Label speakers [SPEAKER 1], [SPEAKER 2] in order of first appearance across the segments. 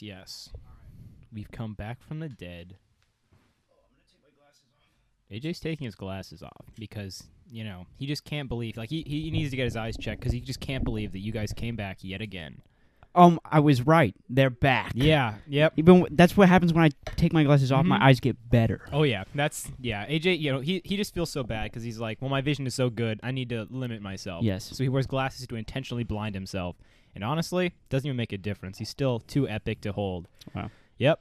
[SPEAKER 1] yes. We've come back from the dead. AJ's taking his glasses off because you know he just can't believe. Like he, he needs to get his eyes checked because he just can't believe that you guys came back yet again.
[SPEAKER 2] Um, I was right. They're back.
[SPEAKER 1] Yeah. Yep.
[SPEAKER 2] Even w- that's what happens when I take my glasses off.
[SPEAKER 1] Mhm.
[SPEAKER 2] My eyes get better.
[SPEAKER 1] Oh yeah. That's yeah. AJ, you know, he he just feels so bad because he's like, well, my vision is so good, I need to limit myself.
[SPEAKER 2] Yes.
[SPEAKER 1] So he wears glasses to intentionally blind himself, and honestly, doesn't even make a difference. He's still too epic to hold.
[SPEAKER 2] Wow.
[SPEAKER 1] Yep.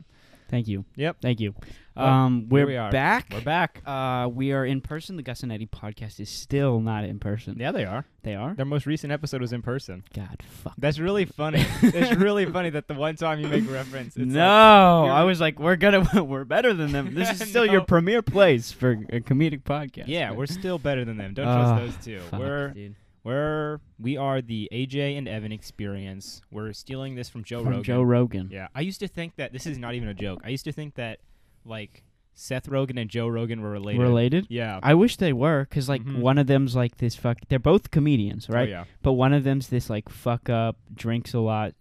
[SPEAKER 2] Thank you.
[SPEAKER 1] Yep.
[SPEAKER 2] Thank you.
[SPEAKER 1] Well,
[SPEAKER 2] um,
[SPEAKER 1] here
[SPEAKER 2] we're
[SPEAKER 1] we are.
[SPEAKER 2] back.
[SPEAKER 1] We're back.
[SPEAKER 2] Uh, we are in person. The Gus and Eddie podcast is still not in person.
[SPEAKER 1] Yeah, they are.
[SPEAKER 2] They are.
[SPEAKER 1] Their most recent episode was in person.
[SPEAKER 2] God fuck.
[SPEAKER 1] That's really funny. it's really funny that the one time you make reference, it's
[SPEAKER 2] no,
[SPEAKER 1] you're-
[SPEAKER 2] I was like, we're gonna, we're better than them. This is still your
[SPEAKER 1] No.
[SPEAKER 2] premier place for a comedic podcast.
[SPEAKER 1] like, yeah,
[SPEAKER 2] but-
[SPEAKER 1] we're still better than them. Don't
[SPEAKER 2] Ah,
[SPEAKER 1] trust those two.
[SPEAKER 2] Fuck,
[SPEAKER 1] we're
[SPEAKER 2] dude.
[SPEAKER 1] we're we are the AJ and Evan experience. We're stealing this from Joe
[SPEAKER 2] from
[SPEAKER 1] Rogan.
[SPEAKER 2] Joe Rogan.
[SPEAKER 1] Yeah, I used to think that this is not even a joke. I used to think that like Seth Rogen and Joe Rogan were related.
[SPEAKER 2] Related.
[SPEAKER 1] Yeah.
[SPEAKER 2] I wish they were, cause like
[SPEAKER 1] Mhm.
[SPEAKER 2] one of them's like this fuck. They're both comedians,
[SPEAKER 1] Oh,
[SPEAKER 2] right?
[SPEAKER 1] yeah.
[SPEAKER 2] But one of them's this like fuck up, drinks a lot,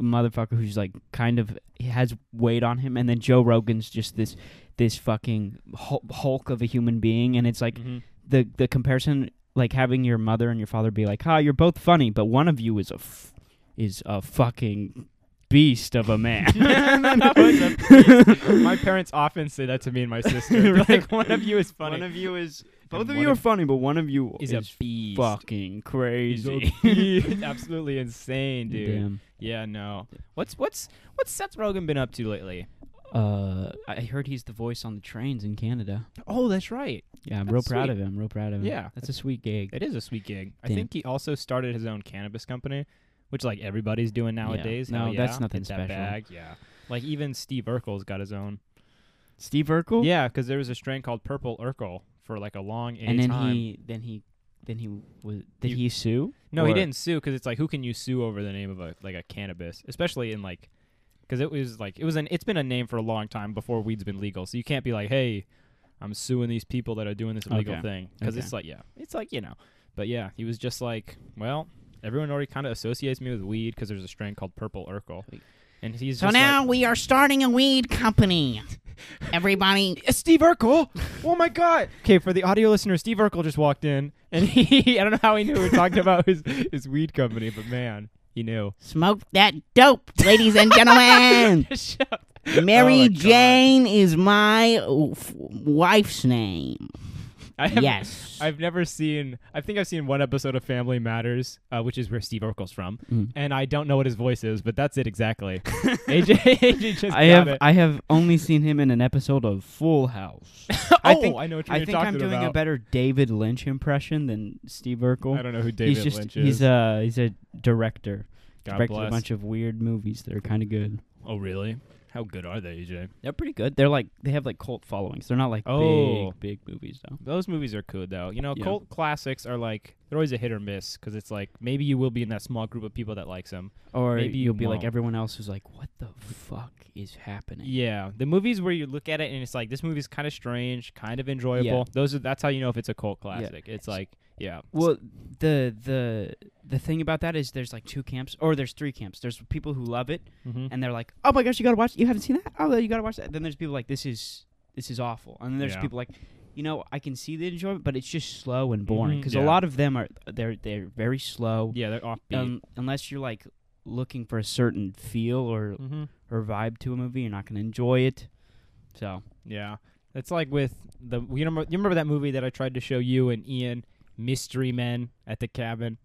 [SPEAKER 2] motherfucker who's like kind of has weight on him, and then Joe Rogan's just this this fucking hul- Hulk of a human being, and it's like
[SPEAKER 1] Mhm.
[SPEAKER 2] the the comparison like having your mother and your father be like, "Ha, you're both funny, but one of you is a f- is a fucking beast of a man."
[SPEAKER 1] Mm-hmm. That was a- my parents often say that to me and my sister. They're Like one of you is funny.
[SPEAKER 2] One of you is
[SPEAKER 1] And
[SPEAKER 2] both of
[SPEAKER 1] one
[SPEAKER 2] you are
[SPEAKER 1] of-
[SPEAKER 2] funny, but one of you
[SPEAKER 1] is
[SPEAKER 2] is,
[SPEAKER 1] a beast.
[SPEAKER 2] fucking
[SPEAKER 1] He's a
[SPEAKER 2] crazy.
[SPEAKER 1] beast. absolutely insane, dude.
[SPEAKER 2] Damn.
[SPEAKER 1] Yeah, no. What's what's what's Seth Rogen been up to lately?
[SPEAKER 2] Uh, I heard he's the voice on the trains in Canada.
[SPEAKER 1] Oh, that's right.
[SPEAKER 2] Yeah, I'm
[SPEAKER 1] That's
[SPEAKER 2] real proud
[SPEAKER 1] sweet.
[SPEAKER 2] of him. Real proud of him.
[SPEAKER 1] Yeah.
[SPEAKER 2] that's a sweet gig.
[SPEAKER 1] It is a sweet gig. I
[SPEAKER 2] Damn.
[SPEAKER 1] think he also started his own cannabis company, which like everybody's doing nowadays.
[SPEAKER 2] No,
[SPEAKER 1] Hell
[SPEAKER 2] that's
[SPEAKER 1] yeah.
[SPEAKER 2] nothing
[SPEAKER 1] Get that
[SPEAKER 2] special.
[SPEAKER 1] Bag. Yeah. Like even Steve Urkel's got his own.
[SPEAKER 2] Steve Urkel.
[SPEAKER 1] Yeah, because there was a strain called Purple Urkel for like a long
[SPEAKER 2] and then
[SPEAKER 1] time.
[SPEAKER 2] he, then he, then he was. Did
[SPEAKER 1] You-
[SPEAKER 2] he sue?
[SPEAKER 1] no, he
[SPEAKER 2] or-
[SPEAKER 1] didn't sue because it's like who can you sue over the name of a like a cannabis, especially in like because it was like it was an it's been a name for a long time before weed's been legal, so you can't be like hey, I'm suing these people that are doing this illegal
[SPEAKER 2] Okay.
[SPEAKER 1] thing because
[SPEAKER 2] Okay.
[SPEAKER 1] it's like yeah, it's like you know, but yeah, he was just like well. Everyone already kind of associates me with weed because there's a strain called Purple Urkel, and he's
[SPEAKER 3] So
[SPEAKER 1] just like,
[SPEAKER 3] now we are starting a weed company. Everybody,
[SPEAKER 1] It's Steve Urkel. Oh my god. Okay, for the audio listener, Steve Urkel just walked in, and he I don't know how he knew we were talking about his his weed company, but man, he knew.
[SPEAKER 3] smoke that dope, ladies and gentlemen. Mary
[SPEAKER 1] Oh my God.
[SPEAKER 3] Jane is my w- f- wife's name.
[SPEAKER 1] I have,
[SPEAKER 3] Yes.
[SPEAKER 1] I've never seen. I think I've seen one episode of Family Matters, uh, which is where Steve Urkel's from,
[SPEAKER 2] Mm.
[SPEAKER 1] and I don't know what his voice is, but that's it exactly. AJ, AJ just
[SPEAKER 2] I
[SPEAKER 1] got
[SPEAKER 2] have
[SPEAKER 1] it.
[SPEAKER 2] I have only seen him in an episode of Full House.
[SPEAKER 1] oh,
[SPEAKER 2] I think
[SPEAKER 1] I know what you're
[SPEAKER 2] I think
[SPEAKER 1] talking
[SPEAKER 2] I'm doing
[SPEAKER 1] about.
[SPEAKER 2] a better David Lynch impression than Steve Urkel.
[SPEAKER 1] I don't know who David
[SPEAKER 2] he's just
[SPEAKER 1] Lynch is.
[SPEAKER 2] he's a he's a director.
[SPEAKER 1] God
[SPEAKER 2] directed
[SPEAKER 1] bless.
[SPEAKER 2] a bunch of weird movies that are kind of good.
[SPEAKER 1] oh really? How good are they, E AJ?
[SPEAKER 2] They're pretty good. They're like they have like cult followings. They're not like
[SPEAKER 1] Oh.
[SPEAKER 2] big big movies though.
[SPEAKER 1] Those movies are cool though. You know,
[SPEAKER 2] Yeah.
[SPEAKER 1] cult classics are like they're always a hit or miss because it's like maybe you will be in that small group of people that likes them.
[SPEAKER 2] Or
[SPEAKER 1] Maybe you
[SPEAKER 2] you'll be
[SPEAKER 1] won't.
[SPEAKER 2] like everyone else who's like, what the fuck is happening?
[SPEAKER 1] Yeah, the movies where you look at it and it's like this movie's kind of strange, kind of enjoyable. Those are that's how you know if it's a cult classic. It's like yeah,
[SPEAKER 2] Well, the the the thing about that is there's like two camps or there's three camps. There's people who love it
[SPEAKER 1] hmm
[SPEAKER 2] and they're like, "Oh my gosh, you gotta watch! You haven't seen that? Oh, you gotta watch that!" Then there's people like, "This is this is awful," and then there's
[SPEAKER 1] Yeah.
[SPEAKER 2] people like, "You know, I can see the enjoyment, but it's just slow and boring."
[SPEAKER 1] Mhm,
[SPEAKER 2] Because
[SPEAKER 1] yeah.
[SPEAKER 2] a lot of them are they're they're very slow,
[SPEAKER 1] yeah, they're offbeat.
[SPEAKER 2] um, unless you're like looking for a certain feel or
[SPEAKER 1] mm-hmm.
[SPEAKER 2] or vibe to a movie, you're not gonna enjoy it. So
[SPEAKER 1] Yeah, it's like with the you remember you remember that movie that I tried to show you and Ian, Mystery Men at the cabin,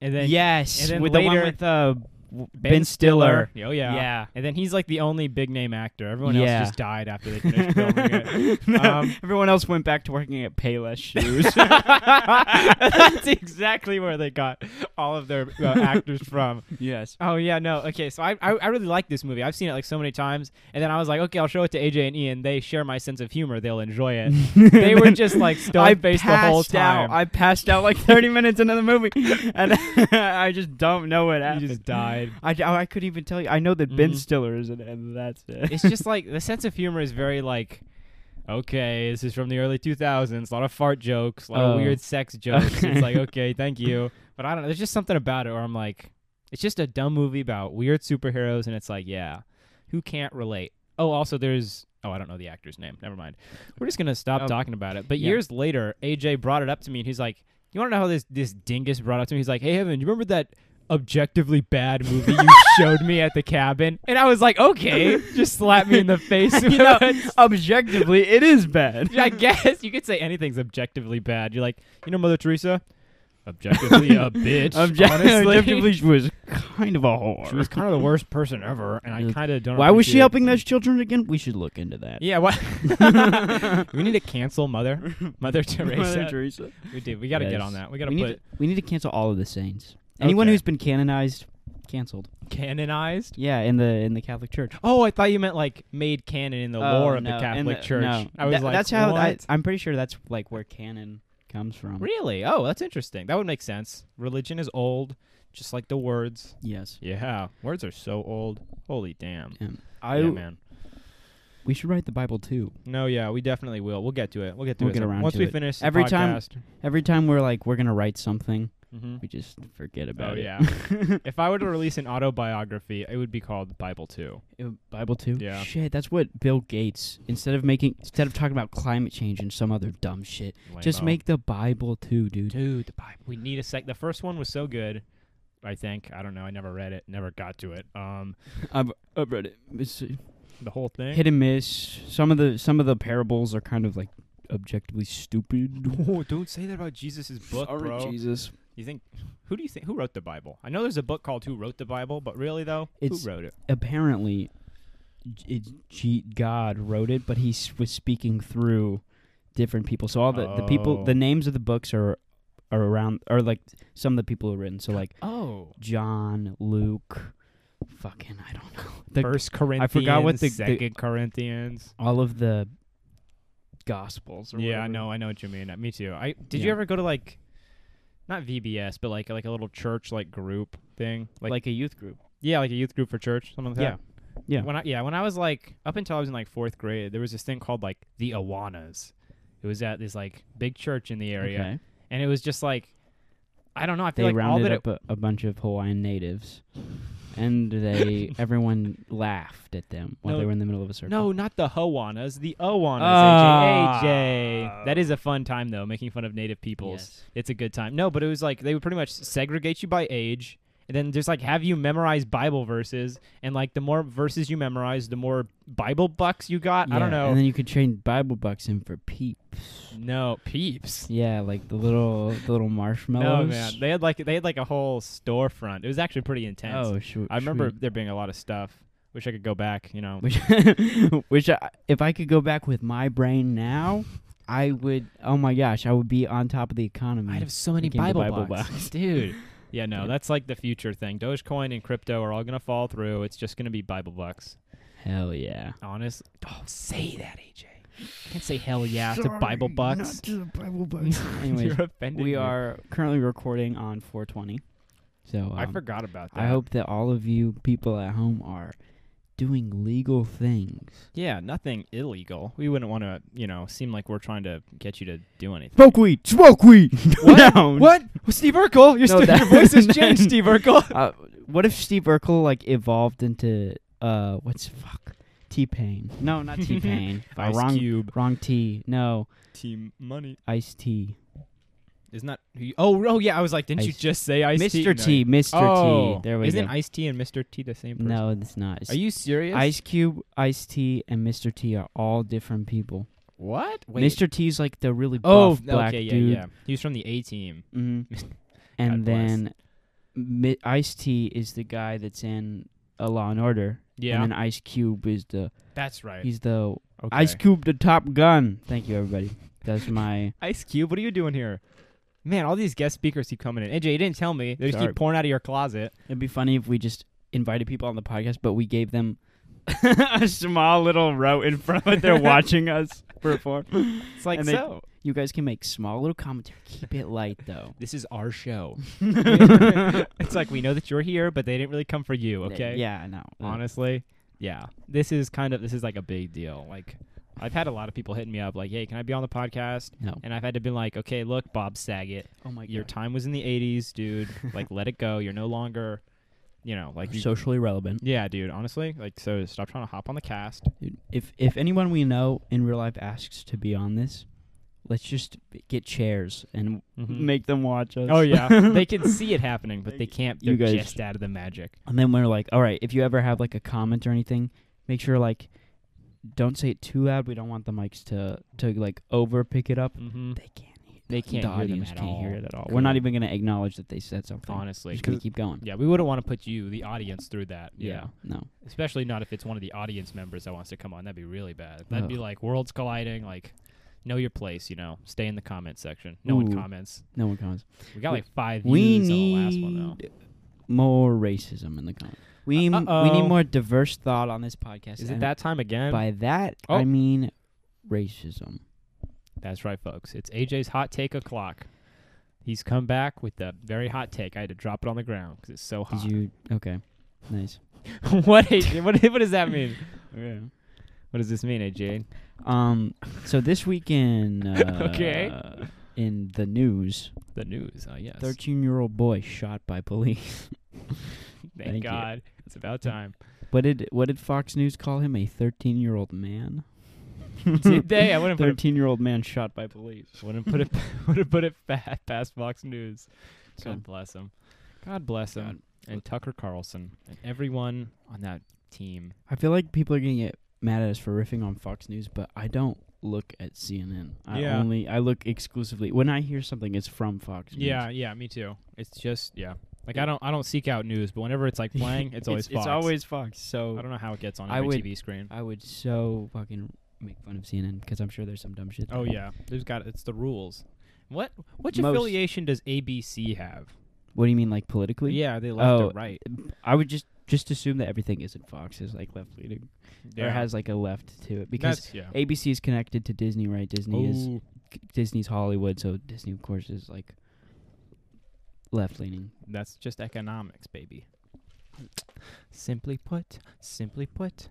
[SPEAKER 1] and then
[SPEAKER 2] yes,
[SPEAKER 1] and then
[SPEAKER 2] with the
[SPEAKER 1] later-
[SPEAKER 2] one with uh, w- Ben Stiller,
[SPEAKER 1] Oh yeah,
[SPEAKER 2] yeah.
[SPEAKER 1] And then he's like the only big name actor. Everyone
[SPEAKER 2] Yeah.
[SPEAKER 1] else just died after they finished filming it. Um,
[SPEAKER 2] Everyone else went back to working at Payless shoes.
[SPEAKER 1] That's exactly where they got all of their uh, actors from.
[SPEAKER 2] yes.
[SPEAKER 1] Oh yeah, no. Okay, so I, I I really like this movie. I've seen it like so many times, and then I was like, okay, I'll show it to AJ and Ian. They share my sense of humor. They'll enjoy it. They were just like
[SPEAKER 2] I
[SPEAKER 1] stone faced the whole
[SPEAKER 2] passed out.
[SPEAKER 1] time.
[SPEAKER 2] I passed out like 30 minutes into the movie, and I just don't know what
[SPEAKER 1] you
[SPEAKER 2] happened.
[SPEAKER 1] just died.
[SPEAKER 2] I, oh, I could even tell you. I know that Ben
[SPEAKER 1] Mhm.
[SPEAKER 2] Stiller is in it, and that's it.
[SPEAKER 1] It's just like the sense of humor is very like. Okay, this is from the early 2000s. A lot of fart jokes, a lot
[SPEAKER 2] Oh.
[SPEAKER 1] of weird sex jokes.
[SPEAKER 2] Okay.
[SPEAKER 1] It's like, okay, thank you. But I don't know. There's just something about it where I'm like, It's just a dumb movie about weird superheroes, and it's like, yeah, who can't relate? Oh, also, there's. Oh, I don't know the actor's name. Never mind. We're just gonna stop
[SPEAKER 2] Oh.
[SPEAKER 1] talking about it. But
[SPEAKER 2] Yeah.
[SPEAKER 1] years later, AJ brought it up to me, and he's like, "You want to know how this this dingus brought it up to me?" He's like, "Hey, Evan, you remember that objectively bad movie you showed me at the cabin?" And I was like, "Okay, just slap me in the face."
[SPEAKER 2] You know, objectively, it is bad.
[SPEAKER 1] I guess you could say anything's objectively bad. You're like, you know, Mother Teresa, objectively a bitch.
[SPEAKER 2] Obje-
[SPEAKER 1] honestly.
[SPEAKER 2] objectively, she was kind of a whore.
[SPEAKER 1] she was kind of the worst person ever, and I kind of don't.
[SPEAKER 2] Why was she
[SPEAKER 1] appreciate-
[SPEAKER 2] helping those children again? We should look into that.
[SPEAKER 1] Yeah, what? we need to cancel Mother, Mother Teresa.
[SPEAKER 2] Mother Teresa.
[SPEAKER 1] We do. We got to get
[SPEAKER 2] Yes.
[SPEAKER 1] on that. We got to
[SPEAKER 2] we
[SPEAKER 1] put
[SPEAKER 2] need to, we need to cancel all of the saints. Anyone
[SPEAKER 1] Okay.
[SPEAKER 2] who's been canonized, canceled.
[SPEAKER 1] canonized.
[SPEAKER 2] Yeah, in the in the Catholic Church.
[SPEAKER 1] Oh, I thought you meant like made canon in the lore
[SPEAKER 2] Oh,
[SPEAKER 1] of
[SPEAKER 2] no,
[SPEAKER 1] the
[SPEAKER 2] in
[SPEAKER 1] Catholic Church.
[SPEAKER 2] no.
[SPEAKER 1] I was
[SPEAKER 2] That-
[SPEAKER 1] like,
[SPEAKER 2] that's how I,
[SPEAKER 1] what?
[SPEAKER 2] I'm pretty sure that's like where canon comes from.
[SPEAKER 1] really? Oh, that's interesting. That would make sense. Religion is old, just like the words.
[SPEAKER 2] Yes.
[SPEAKER 1] Yeah, words are so old. Holy damn.
[SPEAKER 2] Um, I
[SPEAKER 1] yeah, man.
[SPEAKER 2] we should write the Bible too.
[SPEAKER 1] No, yeah, we definitely will. We'll get to it. We'll get to
[SPEAKER 2] We'll
[SPEAKER 1] it.
[SPEAKER 2] get
[SPEAKER 1] So
[SPEAKER 2] around
[SPEAKER 1] Once
[SPEAKER 2] to
[SPEAKER 1] we
[SPEAKER 2] it.
[SPEAKER 1] finish the
[SPEAKER 2] Every time-
[SPEAKER 1] podcast,
[SPEAKER 2] Every time we're like we're gonna write something,
[SPEAKER 1] Mhm.
[SPEAKER 2] we just forget
[SPEAKER 1] Oh
[SPEAKER 2] about it.
[SPEAKER 1] yeah. if I were to release an autobiography, it would be called Bible Two.
[SPEAKER 2] Ew, Bible too.
[SPEAKER 1] Yeah.
[SPEAKER 2] Shit, that's what Bill Gates instead of making instead of talking about climate change and some other dumb shit, just
[SPEAKER 1] Lame-o.
[SPEAKER 2] make the Bible too, dude.
[SPEAKER 1] dude the Bible. We need a sec. The first one was so good. I think I don't know. I never read it. Never got to it. Um,
[SPEAKER 2] I've, I've read it. It's, uh,
[SPEAKER 1] the whole thing.
[SPEAKER 2] hit and miss. Some of the some of the parables are kind of like objectively stupid.
[SPEAKER 1] Oh, don't say that about Jesus's book,
[SPEAKER 2] Sorry,
[SPEAKER 1] bro.
[SPEAKER 2] Jesus.
[SPEAKER 1] You think who do you think who wrote the Bible? I know there's a book called Who Wrote the Bible, but really though,
[SPEAKER 2] It's-
[SPEAKER 1] who wrote it?
[SPEAKER 2] apparently G- it's G- God wrote it, but he s- was speaking through different people. So all the, the people,
[SPEAKER 1] Oh.
[SPEAKER 2] the names of the books are are around, are like some of the people who written. So like
[SPEAKER 1] Oh,
[SPEAKER 2] John, Luke, fucking I don't know. The,
[SPEAKER 1] First Corinthians.
[SPEAKER 2] forgot what the- the-
[SPEAKER 1] Second Corinthians.
[SPEAKER 2] all of the Gospels. Or
[SPEAKER 1] Yeah, I
[SPEAKER 2] whatever.
[SPEAKER 1] know. I know what you mean. Uh, Me too. I did you
[SPEAKER 2] Yeah.
[SPEAKER 1] ever go to like not VBS, but like like a little church like group thing,
[SPEAKER 2] Like,
[SPEAKER 1] like
[SPEAKER 2] a youth group.
[SPEAKER 1] yeah, like a youth group for church, something like that.
[SPEAKER 2] Yeah. Yeah.
[SPEAKER 1] When I yeah, when I was like up until I was in like fourth grade, there was this thing called like the Awanas. It was at this like big church in the area,
[SPEAKER 2] Okay.
[SPEAKER 1] and it was just like I don't know. I
[SPEAKER 2] They
[SPEAKER 1] feel like all
[SPEAKER 2] rounded
[SPEAKER 1] that
[SPEAKER 2] up a, a bunch of Hawaiian natives, and they everyone laughed at them while
[SPEAKER 1] No,
[SPEAKER 2] they were in the middle of a
[SPEAKER 1] it,
[SPEAKER 2] circle.
[SPEAKER 1] no, not the Hoanas, the Owanas. AJ, AJ. That is a fun time though, making fun of native peoples.
[SPEAKER 2] Ah. Yes.
[SPEAKER 1] It's a good time. No, but it was like they would pretty much segregate you by age. And then just like have you memorize Bible verses, and like the more verses you memorize, the more Bible bucks you got. I don't
[SPEAKER 2] Yeah,
[SPEAKER 1] know.
[SPEAKER 2] And then you could trade Bible bucks in for peeps.
[SPEAKER 1] no peeps.
[SPEAKER 2] Yeah, like the little the little marshmallows.
[SPEAKER 1] No man, they had like they had like a whole storefront. It was actually pretty intense.
[SPEAKER 2] oh, shoot.
[SPEAKER 1] I remember there being a lot of stuff. Wish I could go back. You know,
[SPEAKER 2] Which, which I, if I could go back with my brain now, I would. Oh my gosh, I would be on top of the economy.
[SPEAKER 1] I'd have so many
[SPEAKER 2] It came to
[SPEAKER 1] Bible,
[SPEAKER 2] Bible
[SPEAKER 1] bucks. dude. Yeah, no, that's like the future thing. Dogecoin and crypto are all gonna fall through. It's just gonna be Bible bucks.
[SPEAKER 2] Hell yeah.
[SPEAKER 1] Honest. Don't say that, AJ. Can't say hell yeah to Bible bucks.
[SPEAKER 2] Bible bucks. Anyways,
[SPEAKER 1] You're offending
[SPEAKER 2] we
[SPEAKER 1] me.
[SPEAKER 2] are currently recording on 420. So
[SPEAKER 1] I
[SPEAKER 2] um,
[SPEAKER 1] forgot about that.
[SPEAKER 2] I hope that all of you people at home are doing legal things.
[SPEAKER 1] Yeah, nothing illegal. We wouldn't want to, you know, seem like we're trying to get you to do anything.
[SPEAKER 2] Smoke weed. Smoke weed.
[SPEAKER 1] What?
[SPEAKER 2] No.
[SPEAKER 1] What? Steve Urkel? Your,
[SPEAKER 2] No,
[SPEAKER 1] st-
[SPEAKER 2] that-
[SPEAKER 1] your voice has changed, Steve Urkel.
[SPEAKER 2] Uh, what if Steve Urkel like evolved into uh what's fuck T Pain? No, not T Pain.
[SPEAKER 1] Ice
[SPEAKER 2] wrong
[SPEAKER 1] Cube,
[SPEAKER 2] wrong T. No,
[SPEAKER 1] Team Money.
[SPEAKER 2] Ice T.
[SPEAKER 1] Isn't that who you, oh oh yeah? I was like, didn't you
[SPEAKER 2] Ice-
[SPEAKER 1] just say Ice T?
[SPEAKER 2] Mr. T. Mr.
[SPEAKER 1] Oh,
[SPEAKER 2] T. There we
[SPEAKER 1] isn't
[SPEAKER 2] go.
[SPEAKER 1] Ice T and Mr. T the same person?
[SPEAKER 2] no, it's not. It's
[SPEAKER 1] Are you serious?
[SPEAKER 2] Ice Cube, Ice T, and Mr. T are all different people.
[SPEAKER 1] what?
[SPEAKER 2] Mr. T's like the really
[SPEAKER 1] Oh,
[SPEAKER 2] buff black
[SPEAKER 1] okay, yeah,
[SPEAKER 2] dude.
[SPEAKER 1] yeah. He was from the A Team.
[SPEAKER 2] Mhm.
[SPEAKER 1] God
[SPEAKER 2] And
[SPEAKER 1] bless.
[SPEAKER 2] then Mi- Ice T is the guy that's in a Law and Order.
[SPEAKER 1] Yeah,
[SPEAKER 2] And then Ice Cube is the
[SPEAKER 1] that's right.
[SPEAKER 2] he's the
[SPEAKER 1] okay.
[SPEAKER 2] Ice Cube the Top Gun. Thank you, everybody. That's my.
[SPEAKER 1] Ice Cube, what are you doing here? Man, all these guest speakers keep coming in. AJ, you didn't tell me. They just
[SPEAKER 2] Sorry.
[SPEAKER 1] keep pouring out of your closet.
[SPEAKER 2] It'd be funny if we just invited people on the podcast, but we gave them a small little row in front of it. They're watching us perform.
[SPEAKER 1] It's like
[SPEAKER 2] And they-
[SPEAKER 1] so.
[SPEAKER 2] You guys can make small little commentary. Keep it light, though.
[SPEAKER 1] This is our show. it's like we know that you're here, but they didn't really come for you. Okay.
[SPEAKER 2] Yeah, Mm. no.
[SPEAKER 1] honestly yeah this is kind of this is like a big deal like i've had a lot of people hitting me up like hey can i be on the podcast
[SPEAKER 2] No.
[SPEAKER 1] and i've had to be like okay look bob saget
[SPEAKER 2] Oh my
[SPEAKER 1] your
[SPEAKER 2] god.
[SPEAKER 1] time was in the 80s dude like let it go you're no longer you know, like you-
[SPEAKER 2] socially relevant.
[SPEAKER 1] yeah, dude. Honestly, like so, stop trying to hop on the cast.
[SPEAKER 2] Dude, If if anyone we know in real life asks to be on this, let's just get chairs and make them watch us.
[SPEAKER 1] Oh yeah, they can see it happening, but they can't. They're
[SPEAKER 2] You guys-
[SPEAKER 1] just out of the magic.
[SPEAKER 2] And then we're like, all right, if you ever have like a comment or anything, make sure like don't say it too loud. We don't want the mics to to like over pick it up.
[SPEAKER 1] Mm-hmm.
[SPEAKER 2] They can't.
[SPEAKER 1] They
[SPEAKER 2] Hear
[SPEAKER 1] can't
[SPEAKER 2] the
[SPEAKER 1] hear them
[SPEAKER 2] audience
[SPEAKER 1] at
[SPEAKER 2] can't
[SPEAKER 1] all.
[SPEAKER 2] hear it at all.
[SPEAKER 1] Cool.
[SPEAKER 2] We're not even gonna acknowledge that they said something. We're
[SPEAKER 1] Honestly,
[SPEAKER 2] just gonna
[SPEAKER 1] 'cause-
[SPEAKER 2] keep going.
[SPEAKER 1] yeah, we wouldn't want to put you, the audience, through that. you
[SPEAKER 2] Yeah.
[SPEAKER 1] know.
[SPEAKER 2] No.
[SPEAKER 1] especially not if it's one of the audience members that wants to come on. That'd be really bad. That'd be
[SPEAKER 2] Ugh.
[SPEAKER 1] like worlds colliding. Like, know your place. You know, stay in the comment section. No one
[SPEAKER 2] Ooh.
[SPEAKER 1] comments.
[SPEAKER 2] No one comments.
[SPEAKER 1] We got
[SPEAKER 2] We-
[SPEAKER 1] like five
[SPEAKER 2] we
[SPEAKER 1] views
[SPEAKER 2] need
[SPEAKER 1] on the last one though. Uh,
[SPEAKER 2] more racism in the comments. We m- we
[SPEAKER 1] Uh-oh.
[SPEAKER 2] need more diverse thought on this podcast.
[SPEAKER 1] Is it
[SPEAKER 2] and
[SPEAKER 1] that time again?
[SPEAKER 2] By that
[SPEAKER 1] Oh.
[SPEAKER 2] I mean racism.
[SPEAKER 1] That's right, folks. It's AJ's hot take o'clock. He's come back with a very hot take. I had to drop it on the ground because it's so hot.
[SPEAKER 2] Did you? Okay. Nice.
[SPEAKER 1] what, AJ, what? What does that mean?
[SPEAKER 2] Yeah.
[SPEAKER 1] What does this mean, AJ?
[SPEAKER 2] Um. So this weekend. Uh,
[SPEAKER 1] Okay.
[SPEAKER 2] In the news,
[SPEAKER 1] The news. Oh yes.
[SPEAKER 2] thirteen-year-old boy shot by police.
[SPEAKER 1] Thank,
[SPEAKER 2] thank you.
[SPEAKER 1] God. It's about time.
[SPEAKER 2] What did what did Fox News call him? A thirteen-year-old man.
[SPEAKER 1] Did they? I wouldn't put it
[SPEAKER 2] Thirteen-year-old man shot by police.
[SPEAKER 1] Wouldn't put it wouldn't put it fat past Fox News.
[SPEAKER 2] So-
[SPEAKER 1] God bless him. God bless him.
[SPEAKER 2] God.
[SPEAKER 1] And Tucker Carlson and everyone on that team.
[SPEAKER 2] I feel like people are gonna get mad at us for riffing on Fox News, but I don't look at CNN. I
[SPEAKER 1] Yeah.
[SPEAKER 2] only I look exclusively when I hear something, it's from Fox News.
[SPEAKER 1] Yeah, yeah, me too. It's just yeah. Like I don't I don't seek out news, but whenever it's like playing, it's always
[SPEAKER 2] it's,
[SPEAKER 1] Fox.
[SPEAKER 2] always Fox.
[SPEAKER 1] I
[SPEAKER 2] So
[SPEAKER 1] don't know how it gets on
[SPEAKER 2] I
[SPEAKER 1] every
[SPEAKER 2] would-
[SPEAKER 1] TV screen.
[SPEAKER 2] I would so fucking make fun of CNN because I'm sure there's some dumb shit.
[SPEAKER 1] Oh
[SPEAKER 2] there.
[SPEAKER 1] yeah, there's got it's the rules. What which
[SPEAKER 2] Most-
[SPEAKER 1] affiliation does ABC have?
[SPEAKER 2] What do you mean, like politically?
[SPEAKER 1] Yeah, they left
[SPEAKER 2] Oh,
[SPEAKER 1] or right.
[SPEAKER 2] I would just just assume that everything isn't Fox is like left leaning
[SPEAKER 1] Yeah.
[SPEAKER 2] or has like a left to it because
[SPEAKER 1] That's- yeah.
[SPEAKER 2] ABC is connected to Disney, right? Disney is
[SPEAKER 1] Ooh,
[SPEAKER 2] Disney's Hollywood, so Disney of course is like left leaning.
[SPEAKER 1] that's just economics, baby. Simply put, simply put.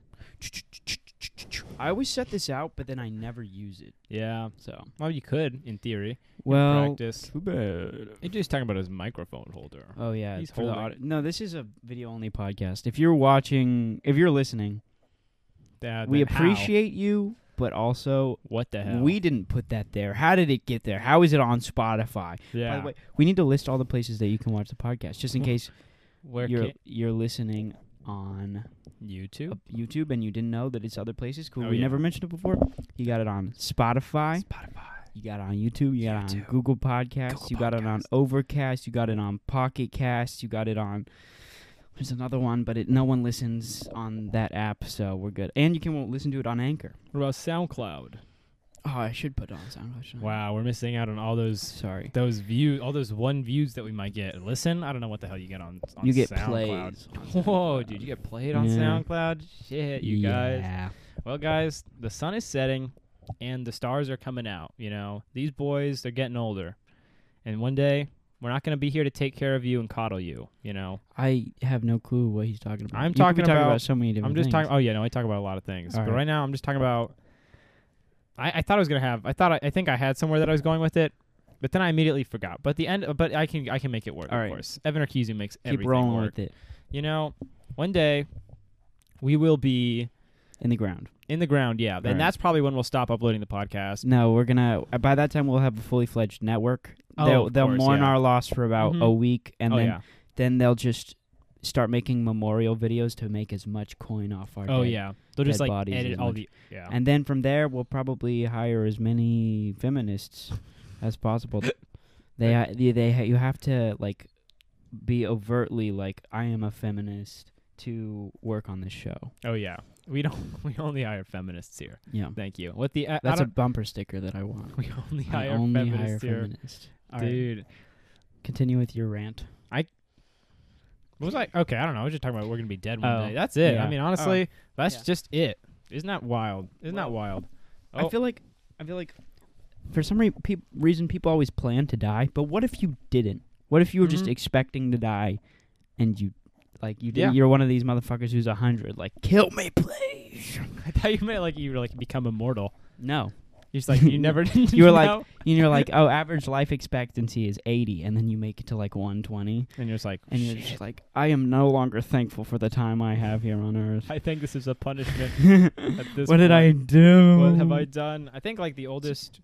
[SPEAKER 2] I always set this out, but then I never use it.
[SPEAKER 1] Yeah.
[SPEAKER 2] So
[SPEAKER 1] Well, you could in theory.
[SPEAKER 2] well,
[SPEAKER 1] practice.
[SPEAKER 2] too bad.
[SPEAKER 1] AJ's just talking about his microphone holder.
[SPEAKER 2] Oh yeah,
[SPEAKER 1] He's
[SPEAKER 2] it's for the
[SPEAKER 1] holding.
[SPEAKER 2] audi- no, this is a video only podcast. If you're watching, if you're listening,
[SPEAKER 1] Dad,
[SPEAKER 2] we
[SPEAKER 1] then how?
[SPEAKER 2] appreciate you, but also
[SPEAKER 1] what the hell
[SPEAKER 2] we didn't put that there. How did it get there? How is it on Spotify?
[SPEAKER 1] Yeah.
[SPEAKER 2] By the way, we need to list all the places that you can watch the podcast, just in
[SPEAKER 1] Wh-
[SPEAKER 2] case
[SPEAKER 1] Where
[SPEAKER 2] you're
[SPEAKER 1] can
[SPEAKER 2] you're listening on
[SPEAKER 1] YouTube?
[SPEAKER 2] uh, YouTube and you didn't know that it's other places. Cool.
[SPEAKER 1] Oh,
[SPEAKER 2] we
[SPEAKER 1] yeah.
[SPEAKER 2] never mentioned it before. You got it on Spotify.
[SPEAKER 1] Spotify.
[SPEAKER 2] You got it on YouTube. You got it on
[SPEAKER 1] YouTube.
[SPEAKER 2] Google Podcasts.
[SPEAKER 1] Google
[SPEAKER 2] you got it on
[SPEAKER 1] Podcasts.
[SPEAKER 2] Overcast. You got it on Pocket Cast. You got it on. There's another one, but it, no one listens on that app, so we're good. And you can listen to it on Anchor.
[SPEAKER 1] What about SoundCloud?
[SPEAKER 2] Oh, I should put it on SoundCloud. shouldn't I?
[SPEAKER 1] Wow, we're missing out on all those
[SPEAKER 2] Sorry.
[SPEAKER 1] those views, all those one views that we might get. Listen, I don't know what the hell you get on. on
[SPEAKER 2] You get
[SPEAKER 1] SoundCloud.
[SPEAKER 2] plays.
[SPEAKER 1] Whoa, dude, you get played on
[SPEAKER 2] Yeah.
[SPEAKER 1] SoundCloud? Shit, you guys.
[SPEAKER 2] Yeah.
[SPEAKER 1] Well, guys, the sun is setting and the stars are coming out. You know, these boys, they're getting older. And one day, we're not going to be here to take care of you and coddle you. You know,
[SPEAKER 2] I have no clue what he's talking about.
[SPEAKER 1] I'm
[SPEAKER 2] You could be
[SPEAKER 1] talking
[SPEAKER 2] talking
[SPEAKER 1] about-
[SPEAKER 2] about, so many different
[SPEAKER 1] I'm just
[SPEAKER 2] things.
[SPEAKER 1] talking. Oh, yeah, no, I talk about a lot of things.
[SPEAKER 2] All
[SPEAKER 1] but
[SPEAKER 2] right.
[SPEAKER 1] right now, I'm just talking about. I, I thought I was going to have, I thought, I, I think I had somewhere that I was going with it. But then I immediately forgot. But the end, but I can I can make it work.
[SPEAKER 2] All
[SPEAKER 1] of
[SPEAKER 2] right.
[SPEAKER 1] course, Evan Arcuse makes
[SPEAKER 2] Keep
[SPEAKER 1] everything
[SPEAKER 2] rolling
[SPEAKER 1] work.
[SPEAKER 2] with it
[SPEAKER 1] You know, one day we will be
[SPEAKER 2] in the ground.
[SPEAKER 1] in the ground. Yeah, and
[SPEAKER 2] All right.
[SPEAKER 1] that's probably when we'll stop uploading the podcast.
[SPEAKER 2] No, we're gonna. uh, By that time, we'll have a fully fledged network.
[SPEAKER 1] Oh,
[SPEAKER 2] they'll
[SPEAKER 1] of
[SPEAKER 2] they'll
[SPEAKER 1] course,
[SPEAKER 2] mourn
[SPEAKER 1] yeah.
[SPEAKER 2] our loss for about a
[SPEAKER 1] Mhm.
[SPEAKER 2] week, and
[SPEAKER 1] oh
[SPEAKER 2] then
[SPEAKER 1] yeah.
[SPEAKER 2] then they'll just start making memorial videos to make as much coin off our.
[SPEAKER 1] Oh
[SPEAKER 2] dead.
[SPEAKER 1] yeah, they'll just
[SPEAKER 2] dead
[SPEAKER 1] like
[SPEAKER 2] bodies
[SPEAKER 1] edit
[SPEAKER 2] as
[SPEAKER 1] all
[SPEAKER 2] much.
[SPEAKER 1] the yeah.
[SPEAKER 2] And then from there, we'll probably hire as many feminists as possible. they ha- they, they ha- you have to like be overtly like I am a feminist to work on this show.
[SPEAKER 1] oh yeah, we don't we only hire feminists here.
[SPEAKER 2] Yeah,
[SPEAKER 1] Thank you. What the I- I
[SPEAKER 2] that's a
[SPEAKER 1] don't-
[SPEAKER 2] bumper sticker that I want.
[SPEAKER 1] we only
[SPEAKER 2] I
[SPEAKER 1] hire
[SPEAKER 2] only
[SPEAKER 1] feminists
[SPEAKER 2] hire
[SPEAKER 1] here,
[SPEAKER 2] feminists. All right,
[SPEAKER 1] dude.
[SPEAKER 2] continue with your rant.
[SPEAKER 1] What was I? Okay, I don't know. I was just talking about we're gonna be dead one
[SPEAKER 2] Oh,
[SPEAKER 1] day. That's it. I
[SPEAKER 2] yeah.
[SPEAKER 1] mean, honestly, that's
[SPEAKER 2] yeah.
[SPEAKER 1] just it. Isn't that wild? Isn't that wild?
[SPEAKER 2] Well, I
[SPEAKER 1] Oh.
[SPEAKER 2] feel like I feel like for some re- peop reason people always plan to die, but what if you didn't? What if you were just
[SPEAKER 1] Mhm.
[SPEAKER 2] expecting to die and you like you did,
[SPEAKER 1] Yeah.
[SPEAKER 2] you're one of these motherfuckers who's 100 like kill me please.
[SPEAKER 1] I thought you meant like you were like become immortal.
[SPEAKER 2] No.
[SPEAKER 1] You're just like you never.
[SPEAKER 2] You were like-
[SPEAKER 1] know?
[SPEAKER 2] And you're like, oh, average life expectancy is 80, and then you make it to like 120,
[SPEAKER 1] and you're just like,
[SPEAKER 2] and you're
[SPEAKER 1] "Shit,
[SPEAKER 2] just like, I am no longer thankful for the time I have here on Earth.
[SPEAKER 1] I think this is a punishment.
[SPEAKER 2] what
[SPEAKER 1] At this
[SPEAKER 2] did I
[SPEAKER 1] point,
[SPEAKER 2] do?
[SPEAKER 1] What have I done? I think like the oldest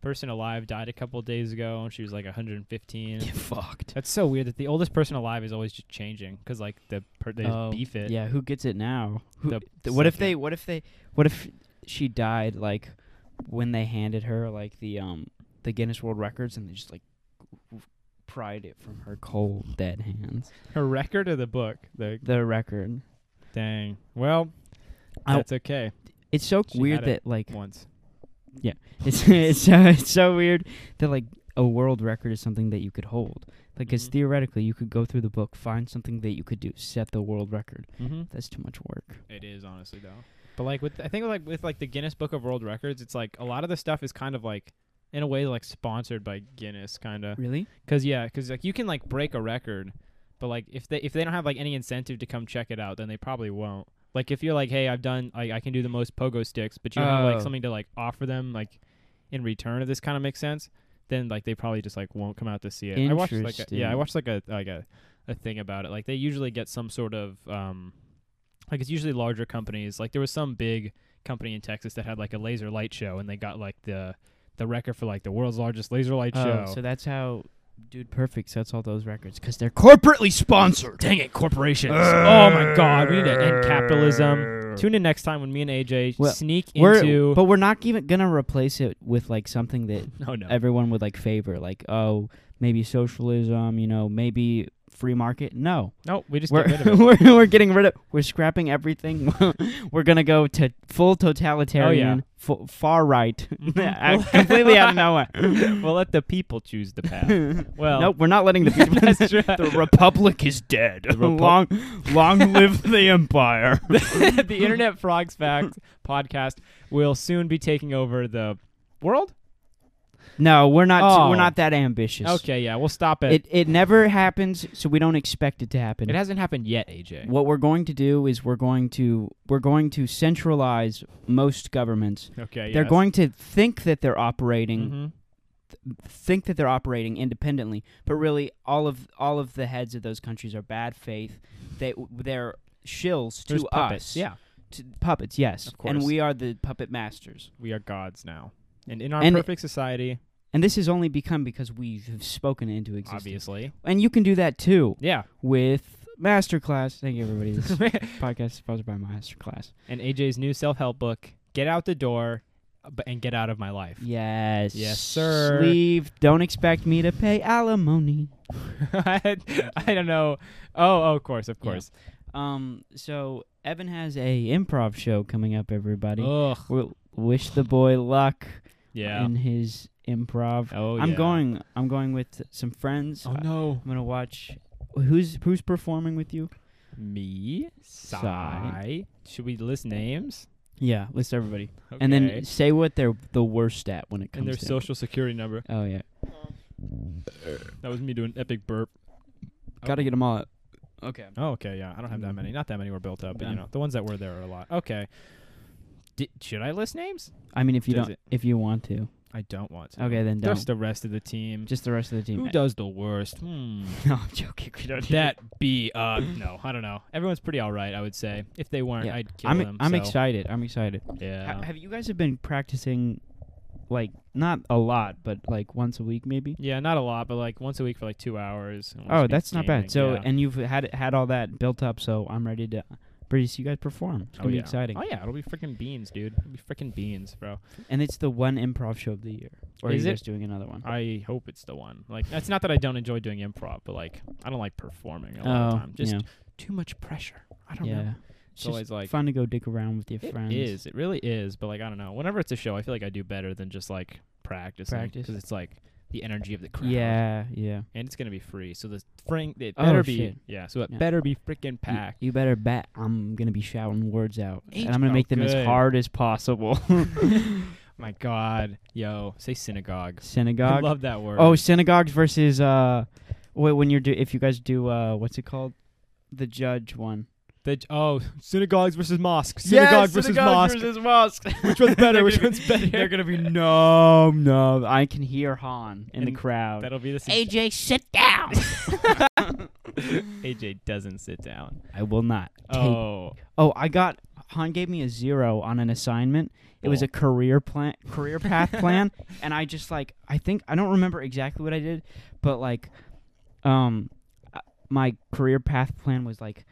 [SPEAKER 1] person alive died a couple days ago, and she was like 115.
[SPEAKER 2] Get fucked.
[SPEAKER 1] That's so weird that the oldest person alive is always just changing because like the per- they just
[SPEAKER 2] Oh,
[SPEAKER 1] beef it.
[SPEAKER 2] Yeah, who gets it now? Who,
[SPEAKER 1] The
[SPEAKER 2] th- what if
[SPEAKER 1] second.
[SPEAKER 2] they? What if they? What if she died like when they handed her like the um the Guinness World Records and they just like pried it from her cold dead hands?
[SPEAKER 1] Her record or the book? The
[SPEAKER 2] The record.
[SPEAKER 1] dang. Well,
[SPEAKER 2] I-
[SPEAKER 1] that's okay.
[SPEAKER 2] It's so
[SPEAKER 1] She
[SPEAKER 2] weird
[SPEAKER 1] had it
[SPEAKER 2] that like
[SPEAKER 1] Once.
[SPEAKER 2] it's it's so, it's so weird that like a world record is something that you could hold. Like, because
[SPEAKER 1] Mhm.
[SPEAKER 2] theoretically, you could go through the book, find something that you could do, set the world record.
[SPEAKER 1] Mm-hmm.
[SPEAKER 2] That's too much work.
[SPEAKER 1] It is honestly though. But like with I think like with like the Guinness Book of World Records, it's like a lot of the stuff is kind of like in a way like sponsored by Guinness kind of.
[SPEAKER 2] Really?
[SPEAKER 1] Cuz yeah, cuz like you can like break a record, but like if they if they don't have like any incentive to come check it out, then they probably won't. Like if you're like, "Hey, I've done like I can do the most pogo sticks," but you don't have
[SPEAKER 2] Oh.
[SPEAKER 1] like something to like offer them like in return if this kind of makes sense, then like they probably just like won't come out to see it. I watched like a, yeah, I
[SPEAKER 2] Interesting.
[SPEAKER 1] watched like a like a a thing about it. Like they usually get some sort of um like it's usually larger companies. Like there was some big company in Texas that had like a laser light show and they got like the the record for like the world's largest laser light
[SPEAKER 2] Oh,
[SPEAKER 1] show.
[SPEAKER 2] so that's how Dude Perfect sets all those records because they're corporately sponsored.
[SPEAKER 1] Dang it, corporations. oh my god, we need to end capitalism.
[SPEAKER 2] Oh
[SPEAKER 1] Tune in next time when me and AJ
[SPEAKER 2] Well,
[SPEAKER 1] sneak
[SPEAKER 2] We're,
[SPEAKER 1] into
[SPEAKER 2] but we're not even gonna replace it with like something that
[SPEAKER 1] No no.
[SPEAKER 2] everyone would like favor, like oh maybe socialism, you know, maybe free market. No,
[SPEAKER 1] no, we just
[SPEAKER 2] we're,
[SPEAKER 1] get rid of it.
[SPEAKER 2] we're we're getting rid of we're scrapping everything. we're gonna go to full
[SPEAKER 1] Oh,
[SPEAKER 2] totalitarian, fu- far right,
[SPEAKER 1] Mhm.
[SPEAKER 2] completely out of nowhere.
[SPEAKER 1] we'll let the people choose the path. Well
[SPEAKER 2] nope, we're not letting the people.
[SPEAKER 1] that's true.
[SPEAKER 2] the republic is dead.
[SPEAKER 1] repu-
[SPEAKER 2] long, long live the empire.
[SPEAKER 1] the Internet Frogs Facts podcast will soon be taking over the world.
[SPEAKER 2] No, we're not.
[SPEAKER 1] Oh.
[SPEAKER 2] We're not that ambitious.
[SPEAKER 1] Okay, yeah, we'll stop it.
[SPEAKER 2] It it never happens, so we don't expect it to happen.
[SPEAKER 1] It hasn't happened yet, AJ.
[SPEAKER 2] what we're going to do is we're going to we're going to centralize most governments.
[SPEAKER 1] Okay,
[SPEAKER 2] They're
[SPEAKER 1] Oh, yes.
[SPEAKER 2] going to think that they're operating
[SPEAKER 1] Mhm.
[SPEAKER 2] think that they're operating independently, but really all of all of the heads of those countries are bad faith. They they're shills
[SPEAKER 1] There's
[SPEAKER 2] to
[SPEAKER 1] puppets.
[SPEAKER 2] us.
[SPEAKER 1] Yeah,
[SPEAKER 2] to, puppets. Yes,
[SPEAKER 1] Of course.
[SPEAKER 2] and we are the puppet masters.
[SPEAKER 1] we are gods now, and in our
[SPEAKER 2] And-
[SPEAKER 1] perfect society,
[SPEAKER 2] And this has only become because we have spoken it into existence.
[SPEAKER 1] obviously,
[SPEAKER 2] And you can do that too
[SPEAKER 1] yeah.
[SPEAKER 2] with masterclass. Thank you, everybody. This podcast is sponsored by masterclass.
[SPEAKER 1] and AJ's new self-help book, "Get Out the Door, uh, b- and Get Out of My Life."
[SPEAKER 2] Yes,
[SPEAKER 1] Yes, sir.
[SPEAKER 2] Leave. Don't expect me to pay alimony.
[SPEAKER 1] I, I don't know. Oh, oh, of course, of
[SPEAKER 2] Yeah.
[SPEAKER 1] course.
[SPEAKER 2] Um. So Evan has a improv show coming up. Everybody.
[SPEAKER 1] Ugh.
[SPEAKER 2] We'll wish the boy luck
[SPEAKER 1] Yeah.
[SPEAKER 2] in his improv.
[SPEAKER 1] oh,
[SPEAKER 2] I'm
[SPEAKER 1] yeah.
[SPEAKER 2] going. I'm going with some friends.
[SPEAKER 1] Oh no.
[SPEAKER 2] I'm gonna watch. Who's who's performing with you?
[SPEAKER 1] Me. Sai. Should we list names?
[SPEAKER 2] Yeah, list everybody,
[SPEAKER 1] Okay.
[SPEAKER 2] and then say what they're the worst at when it comes
[SPEAKER 1] and their
[SPEAKER 2] to.
[SPEAKER 1] social security number.
[SPEAKER 2] oh yeah,
[SPEAKER 1] That was me doing epic burp.
[SPEAKER 2] gotta get them all. Up. Okay.
[SPEAKER 1] Oh, okay, yeah. I don't have that many. Not that many were built up, but you
[SPEAKER 2] Mm-hmm. Yeah.
[SPEAKER 1] know, the ones that were there are a lot. Okay. Di- should I list names?
[SPEAKER 2] I mean, if you
[SPEAKER 1] Does
[SPEAKER 2] don't,
[SPEAKER 1] it-
[SPEAKER 2] if you want to,
[SPEAKER 1] I don't want to.
[SPEAKER 2] okay, then don't.
[SPEAKER 1] Just
[SPEAKER 2] Just,
[SPEAKER 1] the rest of the team.
[SPEAKER 2] the rest of the team.
[SPEAKER 1] Who does the worst? Hmm.
[SPEAKER 2] no, I'm joking. We don't need
[SPEAKER 1] that be uh no, I don't know. Everyone's pretty all right, I would say. If they weren't,
[SPEAKER 2] Yeah.
[SPEAKER 1] I'd
[SPEAKER 2] to-
[SPEAKER 1] kill
[SPEAKER 2] I'm
[SPEAKER 1] them.
[SPEAKER 2] I'm
[SPEAKER 1] so,
[SPEAKER 2] excited. I'm excited.
[SPEAKER 1] Yeah.
[SPEAKER 2] Ha- have you guys have been practicing, like not a lot, but like once a week maybe?
[SPEAKER 1] yeah, not a lot, but like once a week for like two hours. and we'll
[SPEAKER 2] Oh,
[SPEAKER 1] just be
[SPEAKER 2] that's not bad.
[SPEAKER 1] gaming,
[SPEAKER 2] So,
[SPEAKER 1] yeah.
[SPEAKER 2] and you've had had all that built up. So I'm ready to produce you guys perform. It's
[SPEAKER 1] Oh,
[SPEAKER 2] gonna be
[SPEAKER 1] yeah.
[SPEAKER 2] exciting.
[SPEAKER 1] Oh yeah, it'll be freaking beans, dude. It'll be freaking beans, bro.
[SPEAKER 2] And it's the one improv show of the year. Or
[SPEAKER 1] Is
[SPEAKER 2] are
[SPEAKER 1] it?
[SPEAKER 2] you guys doing another one?
[SPEAKER 1] I hope it's the one. Like, it's not that I don't enjoy doing improv, but like, I don't like performing a lot of
[SPEAKER 2] Oh,
[SPEAKER 1] the time. Just
[SPEAKER 2] yeah.
[SPEAKER 1] too much pressure. I don't
[SPEAKER 2] yeah.
[SPEAKER 1] know.
[SPEAKER 2] It's
[SPEAKER 1] It's
[SPEAKER 2] just
[SPEAKER 1] always like
[SPEAKER 2] fun to go dick around with your
[SPEAKER 1] it
[SPEAKER 2] friends.
[SPEAKER 1] is. It really is. But like, I don't know. Whenever it's a show, I feel like I do better than just like practicing
[SPEAKER 2] Practice.
[SPEAKER 1] because it's like the energy of the crowd.
[SPEAKER 2] Yeah, yeah. You-
[SPEAKER 1] and it's gonna be free. So the fring, it
[SPEAKER 2] Oh,
[SPEAKER 1] better be
[SPEAKER 2] shit.
[SPEAKER 1] yeah. So it
[SPEAKER 2] Yeah.
[SPEAKER 1] better be freaking packed.
[SPEAKER 2] You, better bet I'm gonna be shouting words out,
[SPEAKER 1] Each-
[SPEAKER 2] and I'm gonna
[SPEAKER 1] oh,
[SPEAKER 2] make them
[SPEAKER 1] good.
[SPEAKER 2] as hard as possible.
[SPEAKER 1] My God, yo, say synagogue. I
[SPEAKER 2] Synagogue.
[SPEAKER 1] love that word.
[SPEAKER 2] Oh, synagogues versus uh, wh- when you're do if you guys do uh, what's it called, the judge one,
[SPEAKER 1] The, oh, synagogues versus mosques.
[SPEAKER 2] Yes,
[SPEAKER 1] Synagogue versus
[SPEAKER 2] synagogue
[SPEAKER 1] mosque.
[SPEAKER 2] versus mosque.
[SPEAKER 1] Which one's better?
[SPEAKER 2] They're
[SPEAKER 1] Which
[SPEAKER 2] gonna
[SPEAKER 1] one's
[SPEAKER 2] be-
[SPEAKER 1] better?
[SPEAKER 2] They're gonna be no, no. I can hear Han in the
[SPEAKER 1] And
[SPEAKER 2] crowd.
[SPEAKER 1] That'll be the same.
[SPEAKER 3] AJ, sit down.
[SPEAKER 1] AJ doesn't sit down.
[SPEAKER 2] I will not. take
[SPEAKER 1] Oh,
[SPEAKER 2] Oh, I got Han gave me a zero on an assignment. It was
[SPEAKER 1] Oh.
[SPEAKER 2] a career plan, career path plan, and I just like I think I don't remember exactly what I did, but like, um, uh, my career path plan was like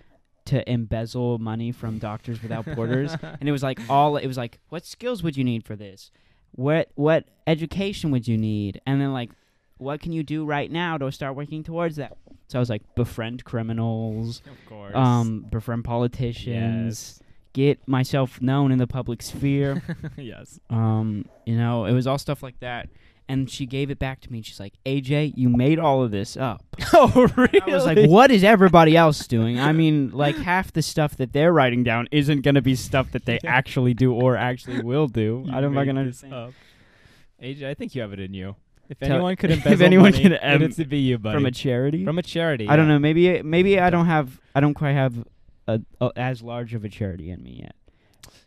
[SPEAKER 2] to embezzle money from Doctors Without Borders, and it was like all it was like what skills would you need for this, what what education would you need, and then like what can you do right now to start working towards that. So I was like befriend criminals
[SPEAKER 1] of course.
[SPEAKER 2] um, befriend politicians,
[SPEAKER 1] yes.
[SPEAKER 2] get myself known in the public sphere.
[SPEAKER 1] yes.
[SPEAKER 2] um, you know, it was all stuff like that. And she gave it back to me. And she's like, AJ, you made all of this up.
[SPEAKER 1] Oh, really?
[SPEAKER 2] I was like, what is everybody else doing? I mean, like half the stuff that they're writing down isn't going to be stuff that they
[SPEAKER 1] Yeah.
[SPEAKER 2] actually do or actually will do. I don't fucking understand.
[SPEAKER 1] AJ, I think you have it in you. If
[SPEAKER 2] Tell-
[SPEAKER 1] anyone could
[SPEAKER 2] if
[SPEAKER 1] embezzle
[SPEAKER 2] anyone
[SPEAKER 1] money,
[SPEAKER 2] could,
[SPEAKER 1] it
[SPEAKER 2] um,
[SPEAKER 1] it's to be you, buddy.
[SPEAKER 2] From a charity?
[SPEAKER 1] From a charity.
[SPEAKER 2] I don't
[SPEAKER 1] yeah.
[SPEAKER 2] know. Maybe maybe I don't have I don't quite have a, a, as large of a charity in me yet.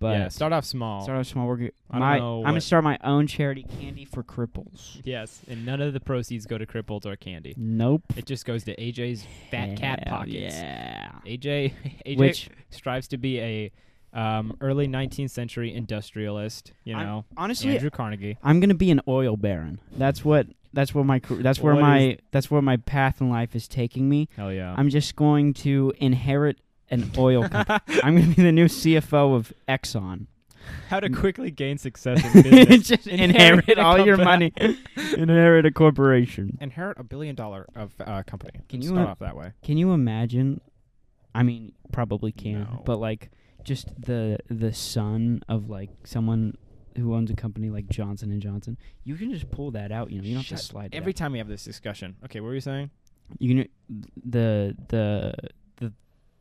[SPEAKER 2] But
[SPEAKER 1] yeah, start off small.
[SPEAKER 2] Start a small work.
[SPEAKER 1] Oh. I don't
[SPEAKER 2] My,
[SPEAKER 1] know
[SPEAKER 2] I'm gonna
[SPEAKER 1] what-
[SPEAKER 2] start my own charity, Candy for Cripples.
[SPEAKER 1] yes, and none of the proceeds go to crippled or candy.
[SPEAKER 2] Nope.
[SPEAKER 1] It just goes to AJ's fat cat
[SPEAKER 2] Hell
[SPEAKER 1] pockets.
[SPEAKER 2] Yeah.
[SPEAKER 1] AJ, AJ
[SPEAKER 2] Which
[SPEAKER 1] strives to be a um, early 19th century industrialist. You
[SPEAKER 2] I'm-
[SPEAKER 1] know,
[SPEAKER 2] honestly,
[SPEAKER 1] Andrew Carnegie.
[SPEAKER 2] I'm gonna be an oil baron. That's what. That's where my. car- That's where
[SPEAKER 1] What Oh.
[SPEAKER 2] my. That's where my path in life is taking me.
[SPEAKER 1] Hell yeah.
[SPEAKER 2] I'm just going to inherit an oil company. I'm gonna be the new CFO of Exxon.
[SPEAKER 1] How to quickly gain success in business.
[SPEAKER 2] just
[SPEAKER 1] Inherit
[SPEAKER 2] inherit,
[SPEAKER 1] a
[SPEAKER 2] all your money.
[SPEAKER 1] company.
[SPEAKER 2] inherit a corporation.
[SPEAKER 1] Inherit a billion dollar of uh, company.
[SPEAKER 2] Can
[SPEAKER 1] Let's
[SPEAKER 2] you,
[SPEAKER 1] start
[SPEAKER 2] uh,
[SPEAKER 1] off that way?
[SPEAKER 2] Can you imagine? I mean, probably can,
[SPEAKER 1] No.
[SPEAKER 2] but like just the the son of like someone who owns a company like Johnson and Johnson, you can just pull that out. You know, you don't have
[SPEAKER 1] Shut-
[SPEAKER 2] to slide it
[SPEAKER 1] Every
[SPEAKER 2] out.
[SPEAKER 1] time we have this discussion, okay, what were you saying?
[SPEAKER 2] You can the the the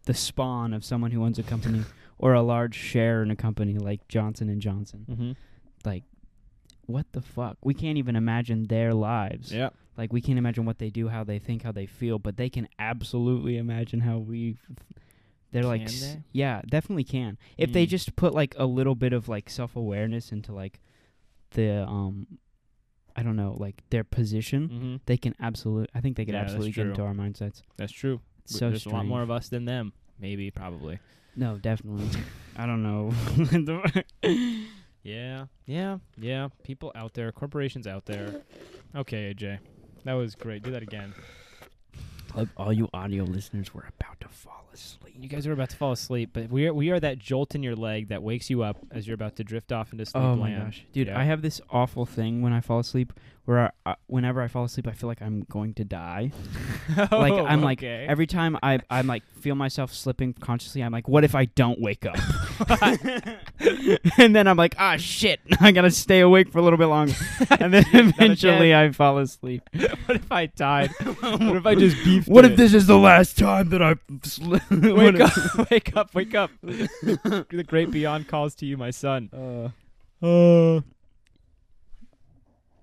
[SPEAKER 2] the spawn of someone who owns a company or a large share in a company like Johnson and Johnson.
[SPEAKER 1] Mm-hmm.
[SPEAKER 2] What the fuck? We can't even imagine their lives.
[SPEAKER 1] Yeah,
[SPEAKER 2] Like we can't imagine what they do, how they think, how they feel, but they can absolutely imagine how we. f- They're like,
[SPEAKER 1] Can
[SPEAKER 2] s-
[SPEAKER 1] they?
[SPEAKER 2] yeah, definitely can. If they
[SPEAKER 1] Mm.
[SPEAKER 2] just put like a little bit of like self awareness into like the um, I don't know, like their position,
[SPEAKER 1] mm-hmm.
[SPEAKER 2] they can absolutely. I think they could
[SPEAKER 1] Yeah, that's
[SPEAKER 2] absolutely get
[SPEAKER 1] true.
[SPEAKER 2] into our mindsets.
[SPEAKER 1] that's true. W-
[SPEAKER 2] So
[SPEAKER 1] There's a lot
[SPEAKER 2] strange.
[SPEAKER 1] more of us than them. Maybe, probably.
[SPEAKER 2] No, definitely. I don't know.
[SPEAKER 1] Yeah, yeah, yeah. People out there, corporations out there. Okay, AJ, that was great. Do that again.
[SPEAKER 2] All you audio listeners were about to fall asleep.
[SPEAKER 1] You guys are about to fall asleep, but we are we are that jolt in your leg that wakes you up as you're about to drift off into sleep
[SPEAKER 2] Oh my
[SPEAKER 1] land.
[SPEAKER 2] gosh, dude!
[SPEAKER 1] Yeah.
[SPEAKER 2] I have this awful thing when I fall asleep, where I, uh, whenever I fall asleep, I feel like I'm going to die. Like
[SPEAKER 1] Oh,
[SPEAKER 2] I'm like
[SPEAKER 1] okay.
[SPEAKER 2] every time I I'm like feel myself slipping consciously. I'm like, what if I don't wake up? and then I'm like, ah, shit! I gotta stay awake for a little bit longer, and then eventually I fall asleep.
[SPEAKER 1] what if I died? what if I just beefed?
[SPEAKER 2] What
[SPEAKER 1] it?
[SPEAKER 2] if this is the last time that I sleep?
[SPEAKER 1] Wake up! Wake up! Wake up! the great beyond calls to you, my son.
[SPEAKER 2] Uh,
[SPEAKER 1] Oh,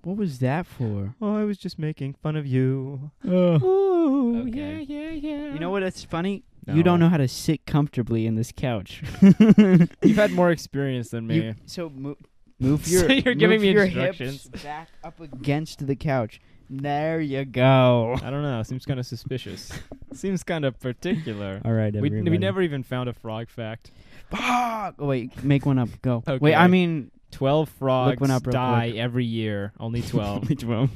[SPEAKER 2] what was that for?
[SPEAKER 1] oh, I was just making fun of you.
[SPEAKER 2] Ooh,
[SPEAKER 1] Okay. Oh, yeah, yeah, yeah.
[SPEAKER 2] You know what? It's funny. You don't
[SPEAKER 1] No.
[SPEAKER 2] know how to sit comfortably in this couch.
[SPEAKER 1] You've had more experience than me.
[SPEAKER 2] You- so move, move
[SPEAKER 1] So
[SPEAKER 2] your.
[SPEAKER 1] you're giving
[SPEAKER 2] move
[SPEAKER 1] me
[SPEAKER 2] your
[SPEAKER 1] instructions.
[SPEAKER 2] hips back up against the couch. There you go.
[SPEAKER 1] I don't know. Seems kind of suspicious. seems kind of particular.
[SPEAKER 2] All right,
[SPEAKER 1] We,
[SPEAKER 2] everybody.
[SPEAKER 1] we never even found a frog fact.
[SPEAKER 2] Fuck! Oh, wait, make one up. Go.
[SPEAKER 1] Okay.
[SPEAKER 2] Wait, I mean.
[SPEAKER 1] Twelve frogs
[SPEAKER 2] one up real
[SPEAKER 1] die
[SPEAKER 2] quick.
[SPEAKER 1] every year. Only twelve.
[SPEAKER 2] Which one?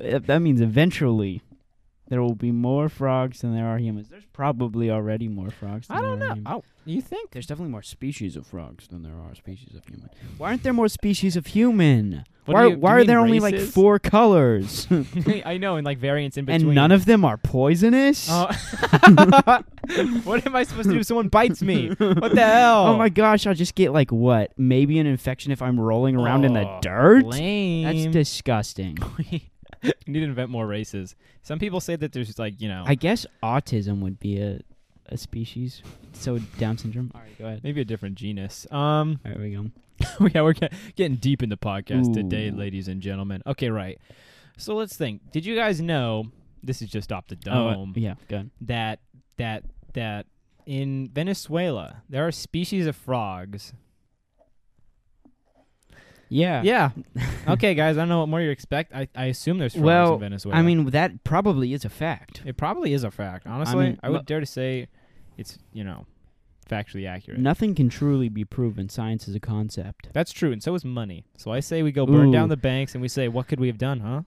[SPEAKER 2] that that means eventually there will be more frogs than there are humans. There's probably already more frogs. Than
[SPEAKER 1] I don't
[SPEAKER 2] there are
[SPEAKER 1] know.
[SPEAKER 2] humans.
[SPEAKER 1] Oh, you think?
[SPEAKER 2] There's definitely more species of frogs than there are species of human. Why aren't there more species of human?
[SPEAKER 1] What
[SPEAKER 2] why
[SPEAKER 1] do you- do
[SPEAKER 2] why
[SPEAKER 1] you
[SPEAKER 2] are
[SPEAKER 1] mean
[SPEAKER 2] there only like
[SPEAKER 1] races?
[SPEAKER 2] four colors?
[SPEAKER 1] I know, and like variants in between.
[SPEAKER 2] and none of them are poisonous?
[SPEAKER 1] Oh. what am I supposed to do if someone bites me? What the hell?
[SPEAKER 2] Oh my gosh, I'll just get like what? Maybe an infection if I'm rolling around in the
[SPEAKER 1] Oh,
[SPEAKER 2] dirt?
[SPEAKER 1] Lame.
[SPEAKER 2] That's disgusting.
[SPEAKER 1] you need to invent more races. Some people say that there's like you know
[SPEAKER 2] I guess autism would be a, a species. So Down syndrome. All right, go ahead.
[SPEAKER 1] maybe a different genus. Um,
[SPEAKER 2] There we go.
[SPEAKER 1] yeah, we're get, getting deep in the podcast today,
[SPEAKER 2] Ooh.
[SPEAKER 1] ladies and gentlemen. Okay, right. So let's think. Did you guys know? This is just off the
[SPEAKER 2] Oh, uh,
[SPEAKER 1] dome.
[SPEAKER 2] yeah, good.
[SPEAKER 1] That that that in Venezuela, there are species of frogs.
[SPEAKER 2] Yeah.
[SPEAKER 1] Yeah. okay, guys. I don't know what more you expect. I, I assume there's frogs
[SPEAKER 2] Well,
[SPEAKER 1] in Venezuela.
[SPEAKER 2] I mean, that probably is a fact.
[SPEAKER 1] it probably is a fact. Honestly, I,
[SPEAKER 2] mean,
[SPEAKER 1] would
[SPEAKER 2] look-
[SPEAKER 1] dare to say it's you know factually accurate.
[SPEAKER 2] Nothing can truly be proven. Science is a concept.
[SPEAKER 1] That's true, and so is money. So I say we go burn down
[SPEAKER 2] Ooh.
[SPEAKER 1] the banks and we say, what could we have done, huh?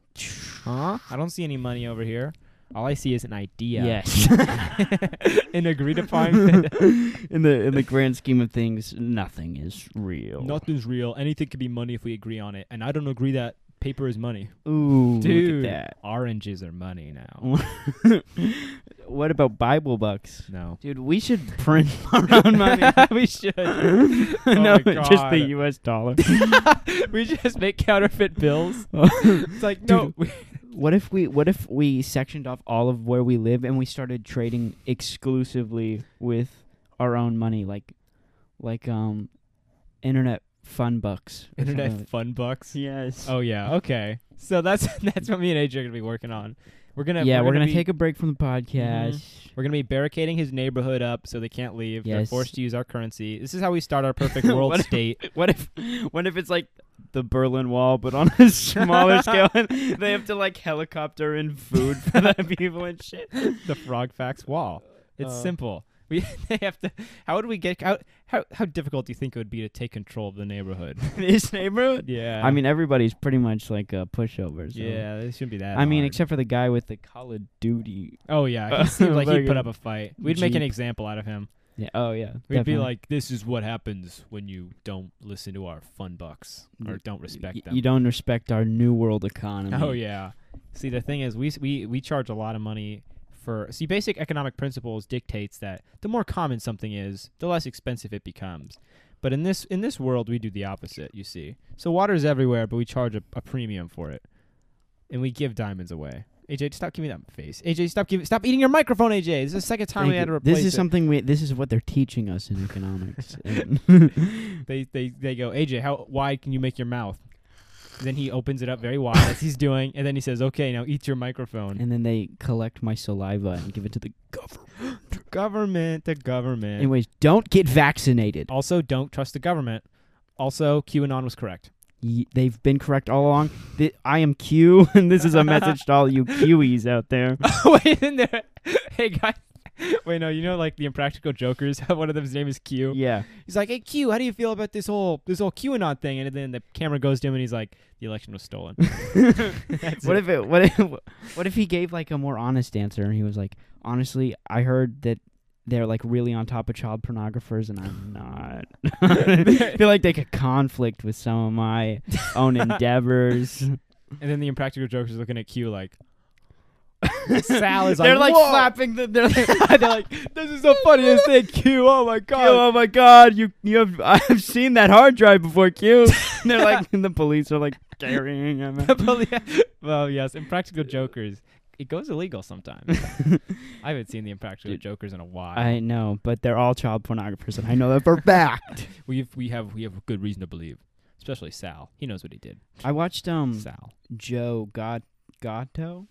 [SPEAKER 1] Huh? I don't see any money over here. All I see is an idea.
[SPEAKER 2] Yes.
[SPEAKER 1] an agreed upon.
[SPEAKER 2] in the in the grand scheme of things, nothing is real.
[SPEAKER 1] Nothing's real. Anything could be money if we agree on it, and I don't agree that paper is money.
[SPEAKER 2] Ooh,
[SPEAKER 1] Dude,
[SPEAKER 2] look at
[SPEAKER 1] oranges are money now.
[SPEAKER 2] that. what about Bible bucks?
[SPEAKER 1] No.
[SPEAKER 2] Dude, we should print our own money.
[SPEAKER 1] we should.
[SPEAKER 2] no,
[SPEAKER 1] my
[SPEAKER 2] just
[SPEAKER 1] God.
[SPEAKER 2] the U.S. dollar.
[SPEAKER 1] we just make counterfeit bills. It's like no.
[SPEAKER 2] Dude, what if we what if we sectioned off all of where we live and we started trading exclusively with our own money, like like um, internet fun bucks. or something
[SPEAKER 1] Internet
[SPEAKER 2] like-
[SPEAKER 1] fun bucks.
[SPEAKER 2] Yes.
[SPEAKER 1] Oh yeah. Okay. So that's that's what me and AJ are gonna be working on. We're gonna
[SPEAKER 2] yeah, we're, gonna,
[SPEAKER 1] be-
[SPEAKER 2] take a break from the podcast.
[SPEAKER 1] We're gonna be barricading his neighborhood up so they can't leave. They're
[SPEAKER 2] Yes.
[SPEAKER 1] forced to use our currency. This is how we start our perfect world
[SPEAKER 2] What if-
[SPEAKER 1] state.
[SPEAKER 2] What if what if it's like the Berlin Wall, but on a smaller scale, and they have to like helicopter in food for the people and shit?
[SPEAKER 1] the frog facts wall. It's
[SPEAKER 2] Uh,
[SPEAKER 1] simple. We they have to. How would we get out? How how difficult do you think it would be to take control of the neighborhood?
[SPEAKER 2] This neighborhood.
[SPEAKER 1] Yeah.
[SPEAKER 2] I mean, everybody's pretty much like a pushover. So.
[SPEAKER 1] yeah, it shouldn't be that.
[SPEAKER 2] I mean,
[SPEAKER 1] hard.
[SPEAKER 2] except for the guy with the Call of Duty.
[SPEAKER 1] oh yeah, he seemed like
[SPEAKER 2] like
[SPEAKER 1] he'd put
[SPEAKER 2] a
[SPEAKER 1] up a fight. We'd make an
[SPEAKER 2] Jeep.
[SPEAKER 1] example out of him.
[SPEAKER 2] Yeah. Oh yeah.
[SPEAKER 1] We'd be like, this is what happens when you don't listen to our fun bucks or
[SPEAKER 2] Y-
[SPEAKER 1] don't respect
[SPEAKER 2] y-
[SPEAKER 1] them.
[SPEAKER 2] You don't respect our new world economy.
[SPEAKER 1] Oh yeah. See, the thing is, we s- we we charge a lot of money for. See, basic economic principles dictates that the more common something is, the less expensive it becomes. But in this in this world, we do the opposite. You see, so water is everywhere, but we charge a, a premium for it, and we give diamonds away. AJ, stop giving me that face. AJ, stop giving, stop eating your microphone. AJ, this is the second time
[SPEAKER 2] Thank
[SPEAKER 1] we had to
[SPEAKER 2] you.
[SPEAKER 1] replace
[SPEAKER 2] this is
[SPEAKER 1] it.
[SPEAKER 2] something we. This is what they're teaching us in economics. And-
[SPEAKER 1] They they they go, AJ, how wide can you make your mouth? Then he opens it up very wide as he's doing, and then he says, "Okay, now eat your microphone."
[SPEAKER 2] and then they collect my saliva and give it to the government.
[SPEAKER 1] government, the government.
[SPEAKER 2] Anyways, don't get vaccinated.
[SPEAKER 1] Also, don't trust the government. Also, QAnon was correct.
[SPEAKER 2] Ye- they've been correct all along. Th- I am Q, and this is a message to all you Qs out there.
[SPEAKER 1] Wait in there. Hey guys. Wait, no, you know like the impractical jokers have one of them his name is Q.
[SPEAKER 2] Yeah.
[SPEAKER 1] He's like, Hey Q, how do you feel about this whole this whole QAnon thing? And then the camera goes to him and he's like, The election was stolen. That's
[SPEAKER 2] what
[SPEAKER 1] it.
[SPEAKER 2] if it what if what if he gave like a more honest answer and he was like honestly i heard that they're like really on top of child pornographers and i'm not I feel like they could conflict with some of my own endeavors
[SPEAKER 1] and then the impractical jokers looking at Q like Sal is
[SPEAKER 2] they're
[SPEAKER 1] like,
[SPEAKER 2] like
[SPEAKER 1] "Whoa."
[SPEAKER 2] flapping the, they're like,
[SPEAKER 1] They're like, This is the funniest thing, Q. Oh my god.
[SPEAKER 2] oh my god you you have i've seen that hard drive before q and they're like and the police are like carrying him out.
[SPEAKER 1] well, yeah. well, yes, Impractical Jokers. It goes illegal sometimes. I haven't seen the Impractical
[SPEAKER 2] Dude,
[SPEAKER 1] Jokers in a while.
[SPEAKER 2] i know but they're all child pornographers and i know that for a fact
[SPEAKER 1] We've we have we have good reason to believe, especially Sal. He knows what he did.
[SPEAKER 2] i watched um
[SPEAKER 1] Sal.
[SPEAKER 2] Joe God Gatto.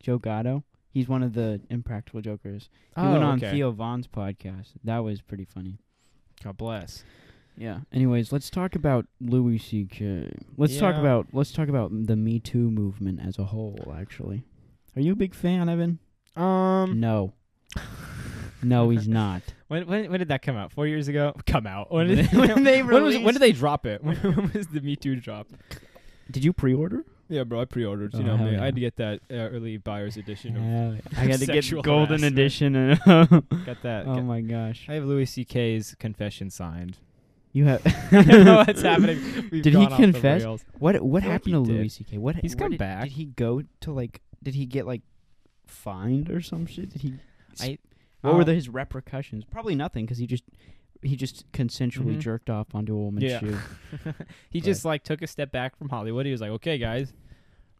[SPEAKER 2] Joe Gatto. He's one of the Impractical Jokers. He
[SPEAKER 1] Oh,
[SPEAKER 2] went on Theo Vaughn's podcast. That was pretty funny.
[SPEAKER 1] God bless.
[SPEAKER 2] Yeah. Anyways, let's talk about Louis C.K. Let's talk
[SPEAKER 1] Yeah.
[SPEAKER 2] about let's talk about the Me Too movement as a whole. Actually, are you a big fan, Evan?
[SPEAKER 1] Um.
[SPEAKER 2] No. no, he's not.
[SPEAKER 1] When, when when did that come out? Four years ago? Come out. When did when,
[SPEAKER 2] they
[SPEAKER 1] was when did they drop it? When, when was the Me Too drop?
[SPEAKER 2] Did you pre-order?
[SPEAKER 1] Yeah, bro. I pre-ordered.
[SPEAKER 2] you Oh, know hell me. I yeah. had to
[SPEAKER 1] get that uh, early buyer's edition.
[SPEAKER 2] Yeah. Uh, I got to get
[SPEAKER 1] Sexual
[SPEAKER 2] golden
[SPEAKER 1] harassment.
[SPEAKER 2] edition. and-
[SPEAKER 1] Got that.
[SPEAKER 2] oh
[SPEAKER 1] got-
[SPEAKER 2] my gosh.
[SPEAKER 1] I have Louis C.K.'s confession signed.
[SPEAKER 2] You have.
[SPEAKER 1] I don't know what's happening. We've
[SPEAKER 2] Did he
[SPEAKER 1] gone off the
[SPEAKER 2] confess?
[SPEAKER 1] rails.
[SPEAKER 2] What what
[SPEAKER 1] feel like
[SPEAKER 2] happened
[SPEAKER 1] he
[SPEAKER 2] to
[SPEAKER 1] did.
[SPEAKER 2] Louis C.K.? What
[SPEAKER 1] He's
[SPEAKER 2] what
[SPEAKER 1] come
[SPEAKER 2] did-
[SPEAKER 1] back.
[SPEAKER 2] Did he go to like? Did he get like fined or some shit? Did he?
[SPEAKER 1] I-
[SPEAKER 2] what were
[SPEAKER 1] um,
[SPEAKER 2] the, his repercussions? Probably nothing because he just he just consensually
[SPEAKER 1] Mhm.
[SPEAKER 2] jerked off onto a woman's
[SPEAKER 1] Yeah.
[SPEAKER 2] shoe.
[SPEAKER 1] he
[SPEAKER 2] But-
[SPEAKER 1] just like took a step back from Hollywood. He was like, "Okay, guys,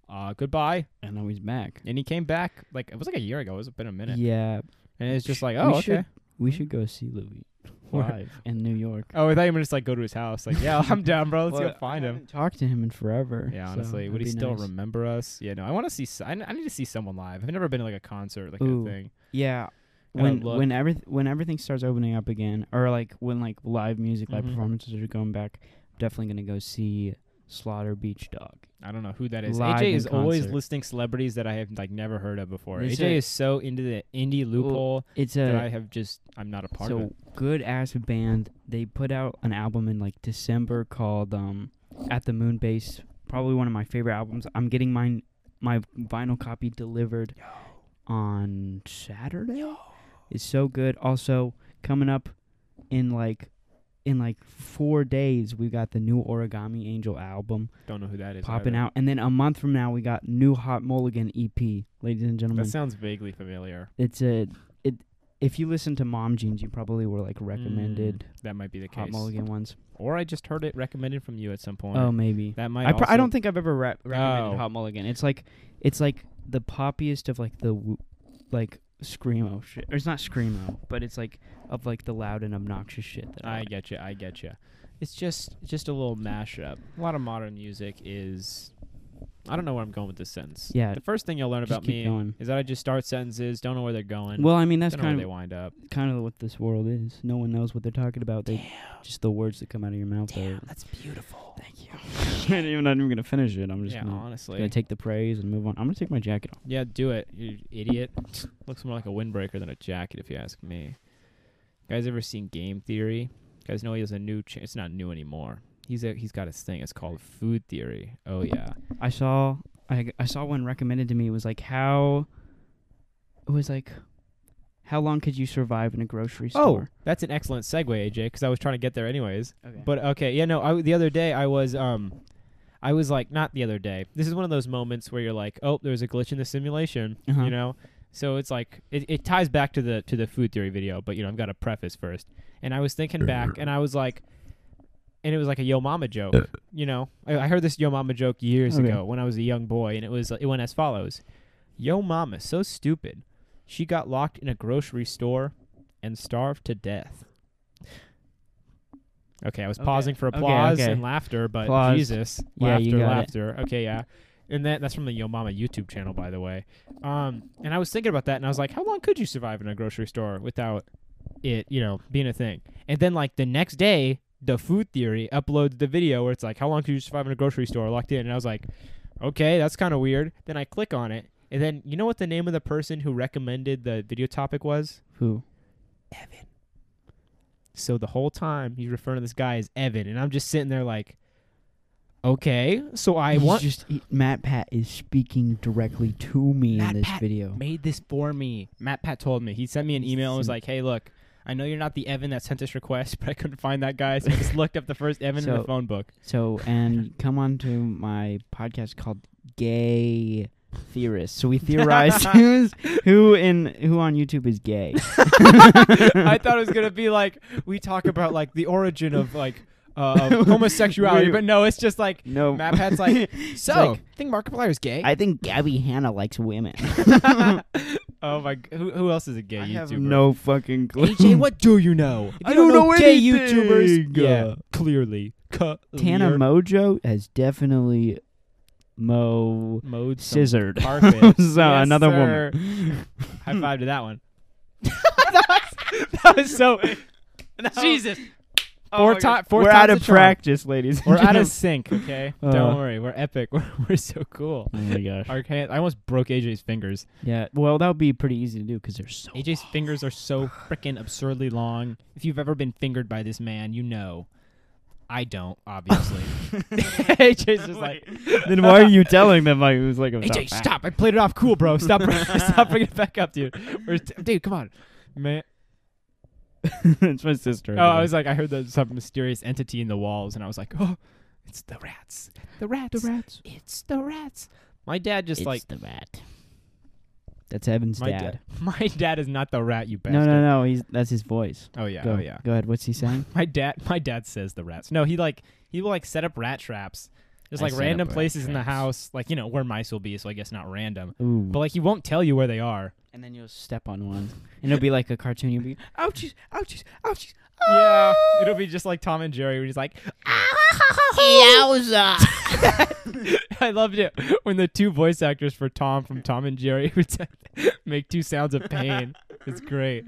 [SPEAKER 1] uh, goodbye,"
[SPEAKER 2] and now he's back.
[SPEAKER 1] and he came back like it was like a year ago. It was been a minute,
[SPEAKER 2] Yeah,
[SPEAKER 1] and it's just like,
[SPEAKER 2] We
[SPEAKER 1] "Oh, okay."
[SPEAKER 2] should- we should go see Louis
[SPEAKER 1] Where-
[SPEAKER 2] live in New York.
[SPEAKER 1] Oh, I thought you were just like go to his house. Like, yeah, I'm down, bro. Let's
[SPEAKER 2] Well,
[SPEAKER 1] go find
[SPEAKER 2] I
[SPEAKER 1] him.
[SPEAKER 2] haven't talked to him in forever.
[SPEAKER 1] Yeah,
[SPEAKER 2] so
[SPEAKER 1] honestly, would
[SPEAKER 2] that'd
[SPEAKER 1] he
[SPEAKER 2] be
[SPEAKER 1] still
[SPEAKER 2] nice.
[SPEAKER 1] remember us? Yeah, no. I want to see. s- I, n- I need to see someone live. I've never been to like a concert, like
[SPEAKER 2] Ooh.
[SPEAKER 1] a thing.
[SPEAKER 2] Yeah,
[SPEAKER 1] Gotta
[SPEAKER 2] when
[SPEAKER 1] look.
[SPEAKER 2] when everyth- when everything starts opening up again, or like when like live music, live
[SPEAKER 1] Mhm.
[SPEAKER 2] performances are going back, I'm definitely gonna go see Slaughter Beach Dog.
[SPEAKER 1] I don't know who that is.
[SPEAKER 2] Live
[SPEAKER 1] AJ
[SPEAKER 2] in
[SPEAKER 1] is always
[SPEAKER 2] concert.
[SPEAKER 1] listing celebrities that I have like never heard of before.
[SPEAKER 2] There's
[SPEAKER 1] AJ
[SPEAKER 2] a-
[SPEAKER 1] is so into the indie loophole
[SPEAKER 2] It's
[SPEAKER 1] that I
[SPEAKER 2] a
[SPEAKER 1] have just I'm not a part of.
[SPEAKER 2] so
[SPEAKER 1] It.
[SPEAKER 2] good ass band. They put out an album in like December called um, At the Moon Base. Probably one of my favorite albums. I'm getting mine my vinyl copy delivered on Saturday. It's so good. Also coming up in like in like four days, we got the new Origami Angel album
[SPEAKER 1] Don't know who that is.
[SPEAKER 2] popping
[SPEAKER 1] either.
[SPEAKER 2] out, and then a month from now, we got new Hot Mulligan EP, ladies and gentlemen.
[SPEAKER 1] That sounds vaguely familiar.
[SPEAKER 2] it's a it. If you listen to Mom Jeans, you probably were like recommended
[SPEAKER 1] That might be the
[SPEAKER 2] Hot
[SPEAKER 1] case.
[SPEAKER 2] Mulligan ones.
[SPEAKER 1] Or I just heard it recommended from you at some point.
[SPEAKER 2] Oh, maybe.
[SPEAKER 1] that might.
[SPEAKER 2] I pr- I
[SPEAKER 1] also-
[SPEAKER 2] don't think I've ever re- recommended
[SPEAKER 1] Oh.
[SPEAKER 2] Hot Mulligan. It's like it's like the poppiest of like the w- like screamo shit. Or it's not screamo, but it's like of like the loud and obnoxious shit that I,
[SPEAKER 1] I
[SPEAKER 2] like.
[SPEAKER 1] get you. I get you. It's just just a little mashup. A lot of modern music is. I don't know where I'm going with this sentence.
[SPEAKER 2] Yeah.
[SPEAKER 1] The first thing you'll learn
[SPEAKER 2] Just
[SPEAKER 1] about
[SPEAKER 2] keep
[SPEAKER 1] me
[SPEAKER 2] going.
[SPEAKER 1] is that I just start sentences, don't know where they're going.
[SPEAKER 2] Well, I mean that's
[SPEAKER 1] don't know where
[SPEAKER 2] kind
[SPEAKER 1] they
[SPEAKER 2] of
[SPEAKER 1] wind up.
[SPEAKER 2] kind of what this world is. No one knows what they're talking about. They just the words that come out of your mouth. Damn,
[SPEAKER 1] that's beautiful.
[SPEAKER 2] Thank you. I'm even- not even gonna finish it. I'm just
[SPEAKER 1] Yeah,
[SPEAKER 2] gonna, gonna
[SPEAKER 1] honestly.
[SPEAKER 2] take the praise and move on. I'm gonna take my jacket off.
[SPEAKER 1] yeah, do it, you idiot. Looks more like a windbreaker than a jacket, if you ask me. Guys, ever seen Game Theory? Guys, know he has a new. Cha- it's not new anymore. He's a, he's got his thing. It's called Food Theory. Oh yeah.
[SPEAKER 2] I saw I I saw one recommended to me. It was like how it was like how long could you survive in a grocery
[SPEAKER 1] Oh,
[SPEAKER 2] store?
[SPEAKER 1] that's an excellent segue, AJ, because I was trying to get there anyways.
[SPEAKER 2] okay.
[SPEAKER 1] But okay, yeah, no. I, the other day, I was, um, I was like, not the other day. This is one of those moments where you're like, oh, there's a glitch in the simulation,
[SPEAKER 2] Uh-huh.
[SPEAKER 1] you know. So it's like it, it ties back to the to the food theory video, but you know I've got a preface first. And I was thinking back, and I was like, and it was like a yo mama joke, you know. I, I heard this yo mama joke years
[SPEAKER 2] Uh. Okay.
[SPEAKER 1] ago when I was a young boy, and it was it went as follows: Yo mama, so stupid. She got locked in a grocery store and starved to death. Okay, I was
[SPEAKER 2] Okay.
[SPEAKER 1] pausing for
[SPEAKER 2] Okay,
[SPEAKER 1] applause
[SPEAKER 2] okay.
[SPEAKER 1] and laughter, but
[SPEAKER 2] Applause.
[SPEAKER 1] Jesus,
[SPEAKER 2] Yeah,
[SPEAKER 1] laughter,
[SPEAKER 2] you got it.
[SPEAKER 1] laughter. Okay, yeah, and that that's from the Yo Mama YouTube channel, by the way. Um, and I was thinking about that, and I was like, how long could you survive in a grocery store without it, you know, being a thing? And then like the next day, the Food Theory uploads the video where it's like, how long could you survive in a grocery store locked in? And I was like, okay, that's kind of weird. Then I click on it, and then you know what the name of the person who recommended the video topic was?
[SPEAKER 2] Who?
[SPEAKER 1] So the whole time he's referring to this guy as Evan, and I'm just sitting there like, okay, so I
[SPEAKER 2] He's
[SPEAKER 1] want
[SPEAKER 2] just he- Matt Pat is speaking directly to me
[SPEAKER 1] Matt
[SPEAKER 2] in this
[SPEAKER 1] Pat
[SPEAKER 2] video.
[SPEAKER 1] made this for me. Matt Pat told me he sent me an email and was like, hey, look. I know you're not the Evan that sent this request, but I couldn't find that guy, so I just looked up the first Evan in the
[SPEAKER 2] So-
[SPEAKER 1] phone book.
[SPEAKER 2] So and come on to my podcast called Gay Theorists. So we theorized who's who in who on YouTube is gay.
[SPEAKER 1] I thought it was gonna be like we talk about like the origin of like uh, of homosexuality,
[SPEAKER 2] Wait.
[SPEAKER 1] but no, it's just like
[SPEAKER 2] No,
[SPEAKER 1] Matt Pat's like, so
[SPEAKER 2] like-
[SPEAKER 1] think Markiplier's gay.
[SPEAKER 2] I think Gabby Hanna likes women.
[SPEAKER 1] oh my, g- who, who else is a gay
[SPEAKER 2] I
[SPEAKER 1] YouTuber?
[SPEAKER 2] have no fucking clue.
[SPEAKER 1] AJ, what do you know? If
[SPEAKER 2] I
[SPEAKER 1] you
[SPEAKER 2] don't know
[SPEAKER 1] gay
[SPEAKER 2] anything.
[SPEAKER 1] YouTubers. Yeah,
[SPEAKER 2] Uh,
[SPEAKER 1] clearly.
[SPEAKER 2] Tana
[SPEAKER 1] Clear.
[SPEAKER 2] Mojo has definitely mo
[SPEAKER 1] mowed some
[SPEAKER 2] scissored.
[SPEAKER 1] carpet.
[SPEAKER 2] so
[SPEAKER 1] Yes,
[SPEAKER 2] another
[SPEAKER 1] sir.
[SPEAKER 2] woman.
[SPEAKER 1] High five to that one. that, was, that was so. Jesus. Four times. Four
[SPEAKER 2] We're
[SPEAKER 1] times
[SPEAKER 2] out
[SPEAKER 1] a
[SPEAKER 2] of
[SPEAKER 1] charm.
[SPEAKER 2] practice, ladies. and
[SPEAKER 1] We're out of
[SPEAKER 2] gentlemen.
[SPEAKER 1] sync. Okay.
[SPEAKER 2] Uh,
[SPEAKER 1] Don't worry. We're epic. We're, we're so cool.
[SPEAKER 2] Oh my gosh.
[SPEAKER 1] Our hand, I almost broke AJ's fingers.
[SPEAKER 2] Yeah. Well, that would be pretty easy to do because they're so.
[SPEAKER 1] AJ's fingers are so freaking absurdly long. If you've ever been fingered by this man, you know. I don't, obviously. AJ's just like,
[SPEAKER 2] then why are you telling them like it was like a
[SPEAKER 1] AJ, stop! I played it off cool, bro. Stop, stop bringing it back up, dude. Or, dude, come on, man.
[SPEAKER 2] it's my sister.
[SPEAKER 1] Oh, I was like, I heard that some mysterious entity in the walls, and I was like, oh, it's the rats, the rats,
[SPEAKER 2] rats.
[SPEAKER 1] it's the rats. My dad just
[SPEAKER 3] It's
[SPEAKER 1] like
[SPEAKER 3] the rat.
[SPEAKER 2] That's Evan's
[SPEAKER 1] my
[SPEAKER 2] dad.
[SPEAKER 1] My dad is not the rat, you bastard.
[SPEAKER 2] No, no, no. He's that's his voice.
[SPEAKER 1] Oh yeah,
[SPEAKER 2] Go,
[SPEAKER 1] oh yeah.
[SPEAKER 2] Go ahead. What's he saying?
[SPEAKER 1] My dad, my dad says the rats. No, he like he will like set up rat traps. There's
[SPEAKER 2] I
[SPEAKER 1] like
[SPEAKER 2] set up
[SPEAKER 1] random
[SPEAKER 2] rat
[SPEAKER 1] places in the
[SPEAKER 2] traps.
[SPEAKER 1] house, like you know where mice will be, so I guess not random.
[SPEAKER 2] Ooh.
[SPEAKER 1] But like he won't tell you where they are.
[SPEAKER 2] and then you'll step on one, and it'll be like a cartoon. You'll be ouchies, ouchies, ouchies. Ah!
[SPEAKER 1] Yeah, it'll be just like Tom and Jerry, where he's like,
[SPEAKER 3] Yowza!
[SPEAKER 1] I loved it when the two voice actors for Tom from Tom and Jerry would make two sounds of pain. It's great.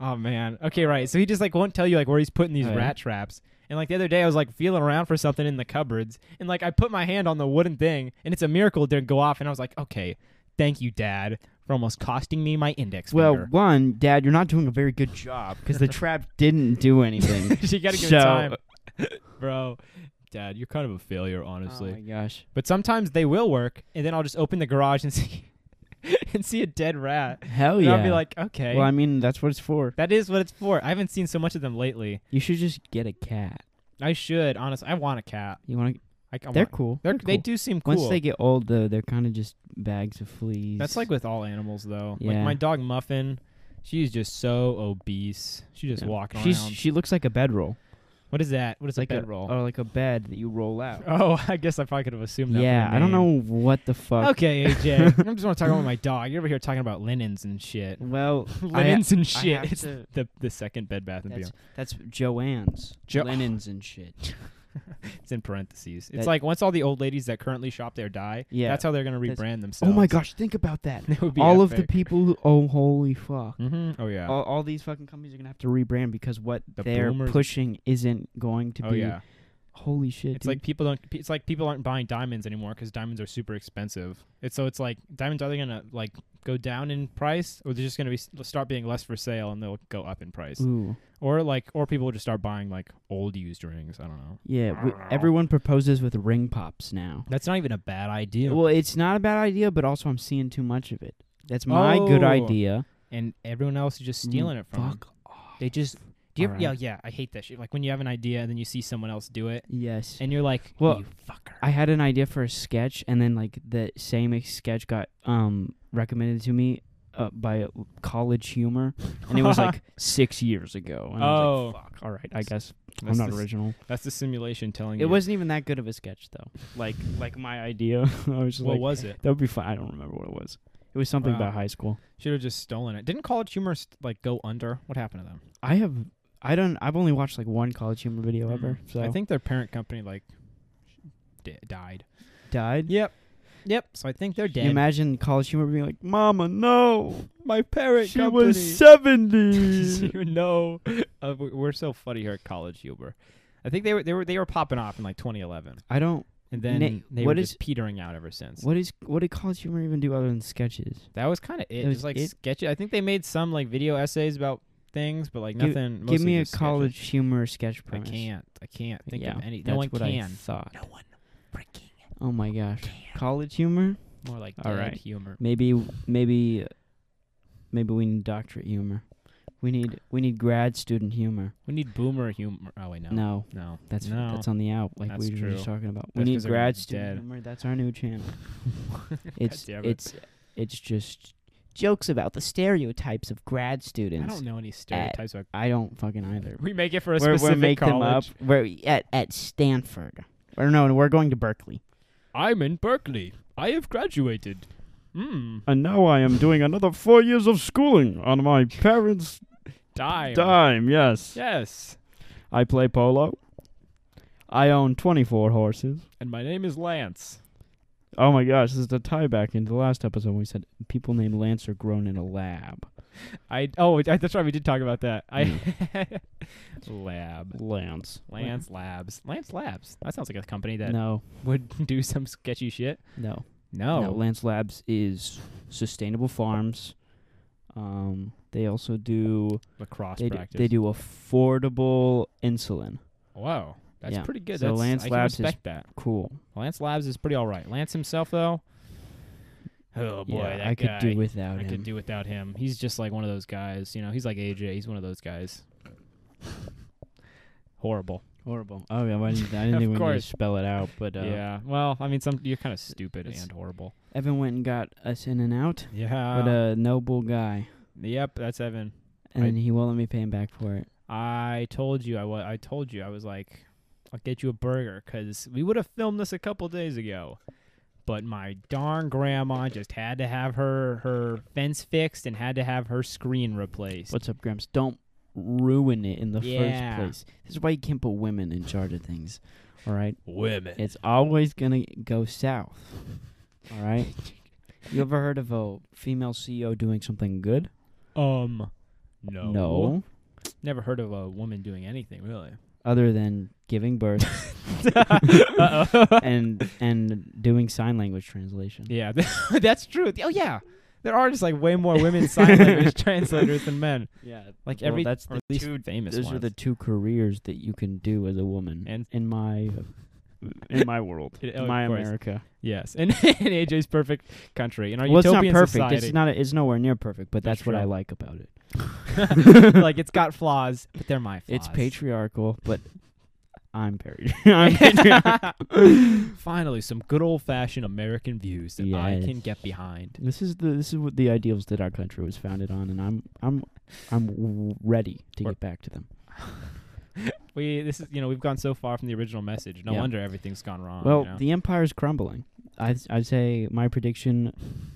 [SPEAKER 1] Oh man. Okay, right. So he just like won't tell you like where he's putting these
[SPEAKER 2] Oh, yeah?
[SPEAKER 1] rat traps. And like the other day, I was like feeling around for something in the cupboards, and like I put my hand on the wooden thing, and it's a miracle it didn't go off. And I was like, okay, thank you, Dad, for almost costing me my index
[SPEAKER 2] Well,
[SPEAKER 1] finger.
[SPEAKER 2] one, Dad, you're not doing a very good job because the trap didn't do anything.
[SPEAKER 1] you gotta give it
[SPEAKER 2] so-
[SPEAKER 1] time, bro. Dad, you're kind of a failure, honestly.
[SPEAKER 2] Oh my gosh.
[SPEAKER 1] But sometimes they will work, and then I'll just open the garage and see and see a dead rat.
[SPEAKER 2] Hell
[SPEAKER 1] and
[SPEAKER 2] yeah.
[SPEAKER 1] I'll be like, okay,
[SPEAKER 2] well, I mean, that's what it's for.
[SPEAKER 1] that is what it's for. I haven't seen so much of them lately.
[SPEAKER 2] You should just get a cat.
[SPEAKER 1] I should, honestly. I want a cat.
[SPEAKER 2] You want to?
[SPEAKER 1] I, I
[SPEAKER 2] They're
[SPEAKER 1] want-
[SPEAKER 2] cool.
[SPEAKER 1] they're,
[SPEAKER 2] They're cool.
[SPEAKER 1] they do seem cool.
[SPEAKER 2] Once they get old, though, they're kind of just bags of fleas.
[SPEAKER 1] That's like with all animals, though. Like
[SPEAKER 2] Yeah.
[SPEAKER 1] my dog Muffin, she's just so obese. She just
[SPEAKER 2] Yeah.
[SPEAKER 1] walking
[SPEAKER 2] She's
[SPEAKER 1] around.
[SPEAKER 2] she looks like a bedroll,
[SPEAKER 1] what is that? What is
[SPEAKER 2] like
[SPEAKER 1] a bedroll?
[SPEAKER 2] or like a bed that you roll out.
[SPEAKER 1] oh, I guess I probably could have assumed that. from
[SPEAKER 2] yeah,
[SPEAKER 1] the
[SPEAKER 2] I don't
[SPEAKER 1] name.
[SPEAKER 2] know what the fuck.
[SPEAKER 1] Okay, AJ. I just want to talk about my dog. You're over here talking about linens and shit.
[SPEAKER 2] Well, I,
[SPEAKER 1] linens and shit.
[SPEAKER 2] have
[SPEAKER 1] It's
[SPEAKER 2] to-
[SPEAKER 1] the the second Bed Bath and
[SPEAKER 2] that's,
[SPEAKER 1] Beyond.
[SPEAKER 2] that's Joanne's
[SPEAKER 1] Jo-
[SPEAKER 2] linens and shit.
[SPEAKER 1] It's in parentheses. It's
[SPEAKER 2] That-
[SPEAKER 1] like once all the old ladies that currently shop there die.
[SPEAKER 2] Yeah.
[SPEAKER 1] that's how they're gonna
[SPEAKER 2] That's-
[SPEAKER 1] rebrand themselves.
[SPEAKER 2] oh my gosh, think about that.
[SPEAKER 1] That would be
[SPEAKER 2] All of the people who oh holy fuck.
[SPEAKER 1] Mm-hmm. Oh yeah.
[SPEAKER 2] All, all these fucking companies are gonna have to rebrand because what
[SPEAKER 1] The
[SPEAKER 2] they're
[SPEAKER 1] boomers-
[SPEAKER 2] pushing isn't going to
[SPEAKER 1] oh
[SPEAKER 2] be.
[SPEAKER 1] yeah.
[SPEAKER 2] Holy shit!
[SPEAKER 1] It's
[SPEAKER 2] dude.
[SPEAKER 1] like people don't. It's like people aren't buying diamonds anymore because diamonds are super expensive. It's so it's like diamonds are they gonna like go down in price or they're just gonna be start being less for sale and they'll go up in price
[SPEAKER 2] ooh
[SPEAKER 1] or like or people will just start buying like old used rings. I don't know.
[SPEAKER 2] yeah. W- everyone proposes with ring pops now.
[SPEAKER 1] That's not even a bad idea.
[SPEAKER 2] Well, it's not a bad idea, but also I'm seeing too much of it. That's my good
[SPEAKER 1] Oh.
[SPEAKER 2] idea.
[SPEAKER 1] and everyone else is just
[SPEAKER 2] Mm,
[SPEAKER 1] stealing it from. 'em.
[SPEAKER 2] Fuck off.
[SPEAKER 1] They just do you ever,
[SPEAKER 2] Alright.
[SPEAKER 1] yeah yeah I hate that shit. Like when you have an idea and then you see someone else do it
[SPEAKER 2] Yes.
[SPEAKER 1] and you're like,
[SPEAKER 2] Well,
[SPEAKER 1] you fucker.
[SPEAKER 2] I had an idea for a sketch, and then like the same ex- sketch got um recommended to me uh, by College Humor, and it was like six years ago. And I was
[SPEAKER 1] Oh.
[SPEAKER 2] like, fuck. All right, I guess
[SPEAKER 1] That's
[SPEAKER 2] I'm not
[SPEAKER 1] the s-
[SPEAKER 2] original.
[SPEAKER 1] That's the simulation telling
[SPEAKER 2] It
[SPEAKER 1] you.
[SPEAKER 2] wasn't even that good of a sketch though. Like like my idea. I was just
[SPEAKER 1] what
[SPEAKER 2] like,
[SPEAKER 1] was it?
[SPEAKER 2] that would be fun. I don't remember what it was. It was something
[SPEAKER 1] Wow.
[SPEAKER 2] about high school.
[SPEAKER 1] Should have just stolen it. Didn't College Humor st- like go under? What happened to them?
[SPEAKER 2] I have. I don't. I've only watched like one College Humor video ever. So
[SPEAKER 1] Mm-hmm. I think their parent company like di- died.
[SPEAKER 2] died.
[SPEAKER 1] Yep. Yep. So I think they're
[SPEAKER 2] You
[SPEAKER 1] dead.
[SPEAKER 2] imagine college humor being like, "Mama, no,
[SPEAKER 1] My parent
[SPEAKER 2] she was seventy.
[SPEAKER 1] you know, uh, we- we're so funny here at College Humor. I think they were they were they were popping off in like 2011,
[SPEAKER 2] I don't.
[SPEAKER 1] and then
[SPEAKER 2] Nick,
[SPEAKER 1] they
[SPEAKER 2] what
[SPEAKER 1] were
[SPEAKER 2] is-
[SPEAKER 1] just petering out ever since.
[SPEAKER 2] What is? What did college humor even do other than sketches?
[SPEAKER 1] That was kind of it.
[SPEAKER 2] That was
[SPEAKER 1] just like
[SPEAKER 2] it?
[SPEAKER 1] sketchy. I think they made some like video essays about things, but like
[SPEAKER 2] Give-
[SPEAKER 1] nothing.
[SPEAKER 2] Give
[SPEAKER 1] mostly
[SPEAKER 2] me a
[SPEAKER 1] just sketches.
[SPEAKER 2] college humor sketch
[SPEAKER 1] I
[SPEAKER 2] premise.
[SPEAKER 1] can't. I can't think
[SPEAKER 2] yeah,
[SPEAKER 1] of any. No
[SPEAKER 2] that's
[SPEAKER 1] one
[SPEAKER 2] what
[SPEAKER 1] can.
[SPEAKER 2] I thought.
[SPEAKER 1] No one freaking.
[SPEAKER 2] Oh my gosh, college humor.
[SPEAKER 1] More like
[SPEAKER 2] All
[SPEAKER 1] dead
[SPEAKER 2] right.
[SPEAKER 1] humor.
[SPEAKER 2] Maybe, maybe, maybe we need doctorate humor. We need we need grad student humor.
[SPEAKER 1] We need boomer humor. Oh wait, no,
[SPEAKER 2] No,
[SPEAKER 1] no.
[SPEAKER 2] that's
[SPEAKER 1] no.
[SPEAKER 2] that's on the out. Like
[SPEAKER 1] That's
[SPEAKER 2] we were
[SPEAKER 1] true.
[SPEAKER 2] just talking about.
[SPEAKER 1] That's
[SPEAKER 2] we
[SPEAKER 1] 'cause
[SPEAKER 2] need
[SPEAKER 1] they're
[SPEAKER 2] grad
[SPEAKER 1] dead.
[SPEAKER 2] student humor. That's our new channel. it's
[SPEAKER 1] damn it.
[SPEAKER 2] it's it's just jokes about the stereotypes of grad students.
[SPEAKER 1] I don't know any stereotypes. about
[SPEAKER 2] I don't fucking either.
[SPEAKER 1] we make it for a
[SPEAKER 2] Uh, We're,
[SPEAKER 1] specific
[SPEAKER 2] we're make them up.
[SPEAKER 1] college.
[SPEAKER 2] We're at at Stanford. Or no, we're going to Berkeley.
[SPEAKER 1] I'm in Berkeley. I have graduated. Hmm.
[SPEAKER 4] And now I am doing another four years of schooling on my parents'
[SPEAKER 1] Dime.
[SPEAKER 4] dime, yes.
[SPEAKER 1] Yes.
[SPEAKER 4] I play polo. I own 24 horses.
[SPEAKER 1] And my name is Lance.
[SPEAKER 4] Oh my gosh, this is the tie back into the last episode when we said people named Lance are grown in a lab.
[SPEAKER 1] I oh I- that's right we did talk about that. I
[SPEAKER 2] Hmm.
[SPEAKER 1] lab
[SPEAKER 4] Lance.
[SPEAKER 1] Lance Labs Lance Labs. That sounds like a company that
[SPEAKER 2] No,
[SPEAKER 1] would do some sketchy shit.
[SPEAKER 2] no,
[SPEAKER 1] No.
[SPEAKER 2] no. Lance Labs is sustainable farms. Um, they also do
[SPEAKER 1] lacrosse
[SPEAKER 2] they, do
[SPEAKER 1] practice.
[SPEAKER 2] they do affordable insulin.
[SPEAKER 1] Wow, that's
[SPEAKER 2] Yeah.
[SPEAKER 1] pretty good.
[SPEAKER 2] So
[SPEAKER 1] that's,
[SPEAKER 2] Lance
[SPEAKER 1] I
[SPEAKER 2] Labs is-
[SPEAKER 1] can respect that.
[SPEAKER 2] Cool.
[SPEAKER 1] Lance Labs is pretty all right. Lance himself though. Oh boy,
[SPEAKER 2] yeah,
[SPEAKER 1] that
[SPEAKER 2] I
[SPEAKER 1] guy.
[SPEAKER 2] could do without
[SPEAKER 1] I
[SPEAKER 2] him.
[SPEAKER 1] could do without him. He's just like one of those guys. You know, he's like AJ. He's one of those guys. Horrible.
[SPEAKER 2] Horrible. Oh yeah, well, I didn't, I didn't
[SPEAKER 1] Of
[SPEAKER 2] think we were gonna
[SPEAKER 1] course.
[SPEAKER 2] spell it out, but uh,
[SPEAKER 1] Yeah. Well, I mean, some you're kind of stupid
[SPEAKER 2] It's-
[SPEAKER 1] and horrible.
[SPEAKER 2] Evan went and got us in and out,
[SPEAKER 1] Yeah.
[SPEAKER 2] but a noble guy,
[SPEAKER 1] yep, that's Evan.
[SPEAKER 2] and
[SPEAKER 1] Uh, I-
[SPEAKER 2] he won't let me pay him back for it.
[SPEAKER 1] I told you. I wa- I told you. I was like, I'll get you a burger because we would have filmed this a couple days ago, but my darn grandma just had to have her her fence fixed and had to have her screen replaced.
[SPEAKER 2] What's up, Gramps? Don't ruin it in the
[SPEAKER 1] Yeah.
[SPEAKER 2] first place. This is why you can't put women in charge of things. All right,
[SPEAKER 1] Women.
[SPEAKER 2] it's always gonna go south. E All right. you ever heard of a female CEO doing something good?
[SPEAKER 1] Um. No.
[SPEAKER 2] No.
[SPEAKER 1] Never heard of a woman doing anything really.
[SPEAKER 2] Other than giving birth
[SPEAKER 1] Uh-oh.
[SPEAKER 2] and and doing sign language translation.
[SPEAKER 1] yeah, that's true. Oh yeah, there are just like way more women sign language translators than men.
[SPEAKER 2] Yeah.
[SPEAKER 1] Like
[SPEAKER 2] Well,
[SPEAKER 1] every
[SPEAKER 2] that's
[SPEAKER 1] or
[SPEAKER 2] the
[SPEAKER 1] at least
[SPEAKER 2] two-
[SPEAKER 1] famous
[SPEAKER 2] Those
[SPEAKER 1] ones.
[SPEAKER 2] are the two careers that you can do as a woman
[SPEAKER 1] And-
[SPEAKER 2] in my
[SPEAKER 4] in my world,
[SPEAKER 1] It- oh,
[SPEAKER 4] in
[SPEAKER 1] of
[SPEAKER 4] my
[SPEAKER 1] course.
[SPEAKER 4] America.
[SPEAKER 1] yes, and, and AJ's perfect country in our
[SPEAKER 2] well, it's not
[SPEAKER 1] utopian
[SPEAKER 2] perfect.
[SPEAKER 1] society.
[SPEAKER 2] It's not. it's nowhere near perfect, but
[SPEAKER 1] That's
[SPEAKER 2] that's, what I
[SPEAKER 1] true.
[SPEAKER 2] like about it.
[SPEAKER 1] like it's got flaws, but they're my flaws.
[SPEAKER 2] It's patriarchal, but I'm very.
[SPEAKER 1] Finally, some good old fashioned American views that I
[SPEAKER 2] Yes.
[SPEAKER 1] can get behind.
[SPEAKER 2] This is the this is what the ideals that our country was founded on, and I'm I'm I'm w- ready to
[SPEAKER 1] Or-
[SPEAKER 2] get back to them.
[SPEAKER 1] We this is you know we've gone so far from the original message. No
[SPEAKER 2] Yeah.
[SPEAKER 1] wonder everything's gone wrong.
[SPEAKER 2] well,
[SPEAKER 1] you know?
[SPEAKER 2] the empire's crumbling. I I say my prediction: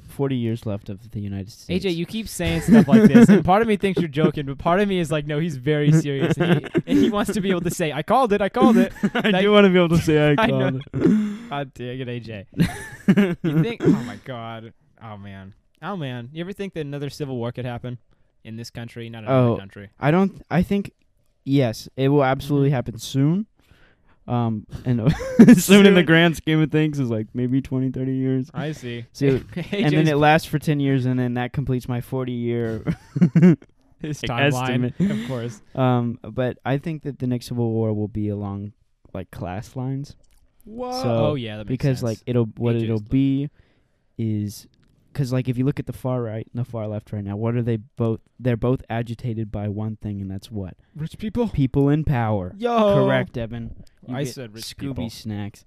[SPEAKER 2] forty years left of the United States.
[SPEAKER 1] AJ, you keep saying stuff like this, and part of me thinks you're joking, but part of me is like, no, he's very serious, and he, and he wants to be able to say, "I called it, I called it."
[SPEAKER 4] I
[SPEAKER 1] That-
[SPEAKER 4] do want to be able to say I
[SPEAKER 1] I
[SPEAKER 4] called.
[SPEAKER 1] know.
[SPEAKER 4] it.
[SPEAKER 1] God dang it, AJ. you think? Oh my God. Oh man. Oh man. You ever think that another civil war could happen in this country, not another
[SPEAKER 2] Oh.
[SPEAKER 1] country?
[SPEAKER 2] I don't. I think yes, it will
[SPEAKER 1] Mm-hmm.
[SPEAKER 2] absolutely happen soon. Um, and
[SPEAKER 4] Soon in the
[SPEAKER 1] Soon.
[SPEAKER 4] grand scheme of things is like maybe 20, 30 years.
[SPEAKER 1] I see.
[SPEAKER 2] so,
[SPEAKER 1] AJ's
[SPEAKER 2] and then it lasts for ten years, and then that completes my forty year
[SPEAKER 1] his timeline,
[SPEAKER 4] estimate.
[SPEAKER 1] of course.
[SPEAKER 2] Um, but I think that the next civil war will be along like class lines
[SPEAKER 1] Whoa.
[SPEAKER 2] So,
[SPEAKER 1] oh yeah, that makes
[SPEAKER 2] because
[SPEAKER 1] sense.
[SPEAKER 2] like it'll what
[SPEAKER 1] Ages,
[SPEAKER 2] it'll
[SPEAKER 1] like-
[SPEAKER 2] be is because like if you look at the far right and the far left right now, what are they both? They're both agitated by one thing, and that's what
[SPEAKER 1] rich people.
[SPEAKER 2] people in power.
[SPEAKER 1] Yo.
[SPEAKER 2] Correct, Evan. You
[SPEAKER 1] I
[SPEAKER 2] get
[SPEAKER 1] said rich
[SPEAKER 2] Scooby
[SPEAKER 1] people.
[SPEAKER 2] snacks.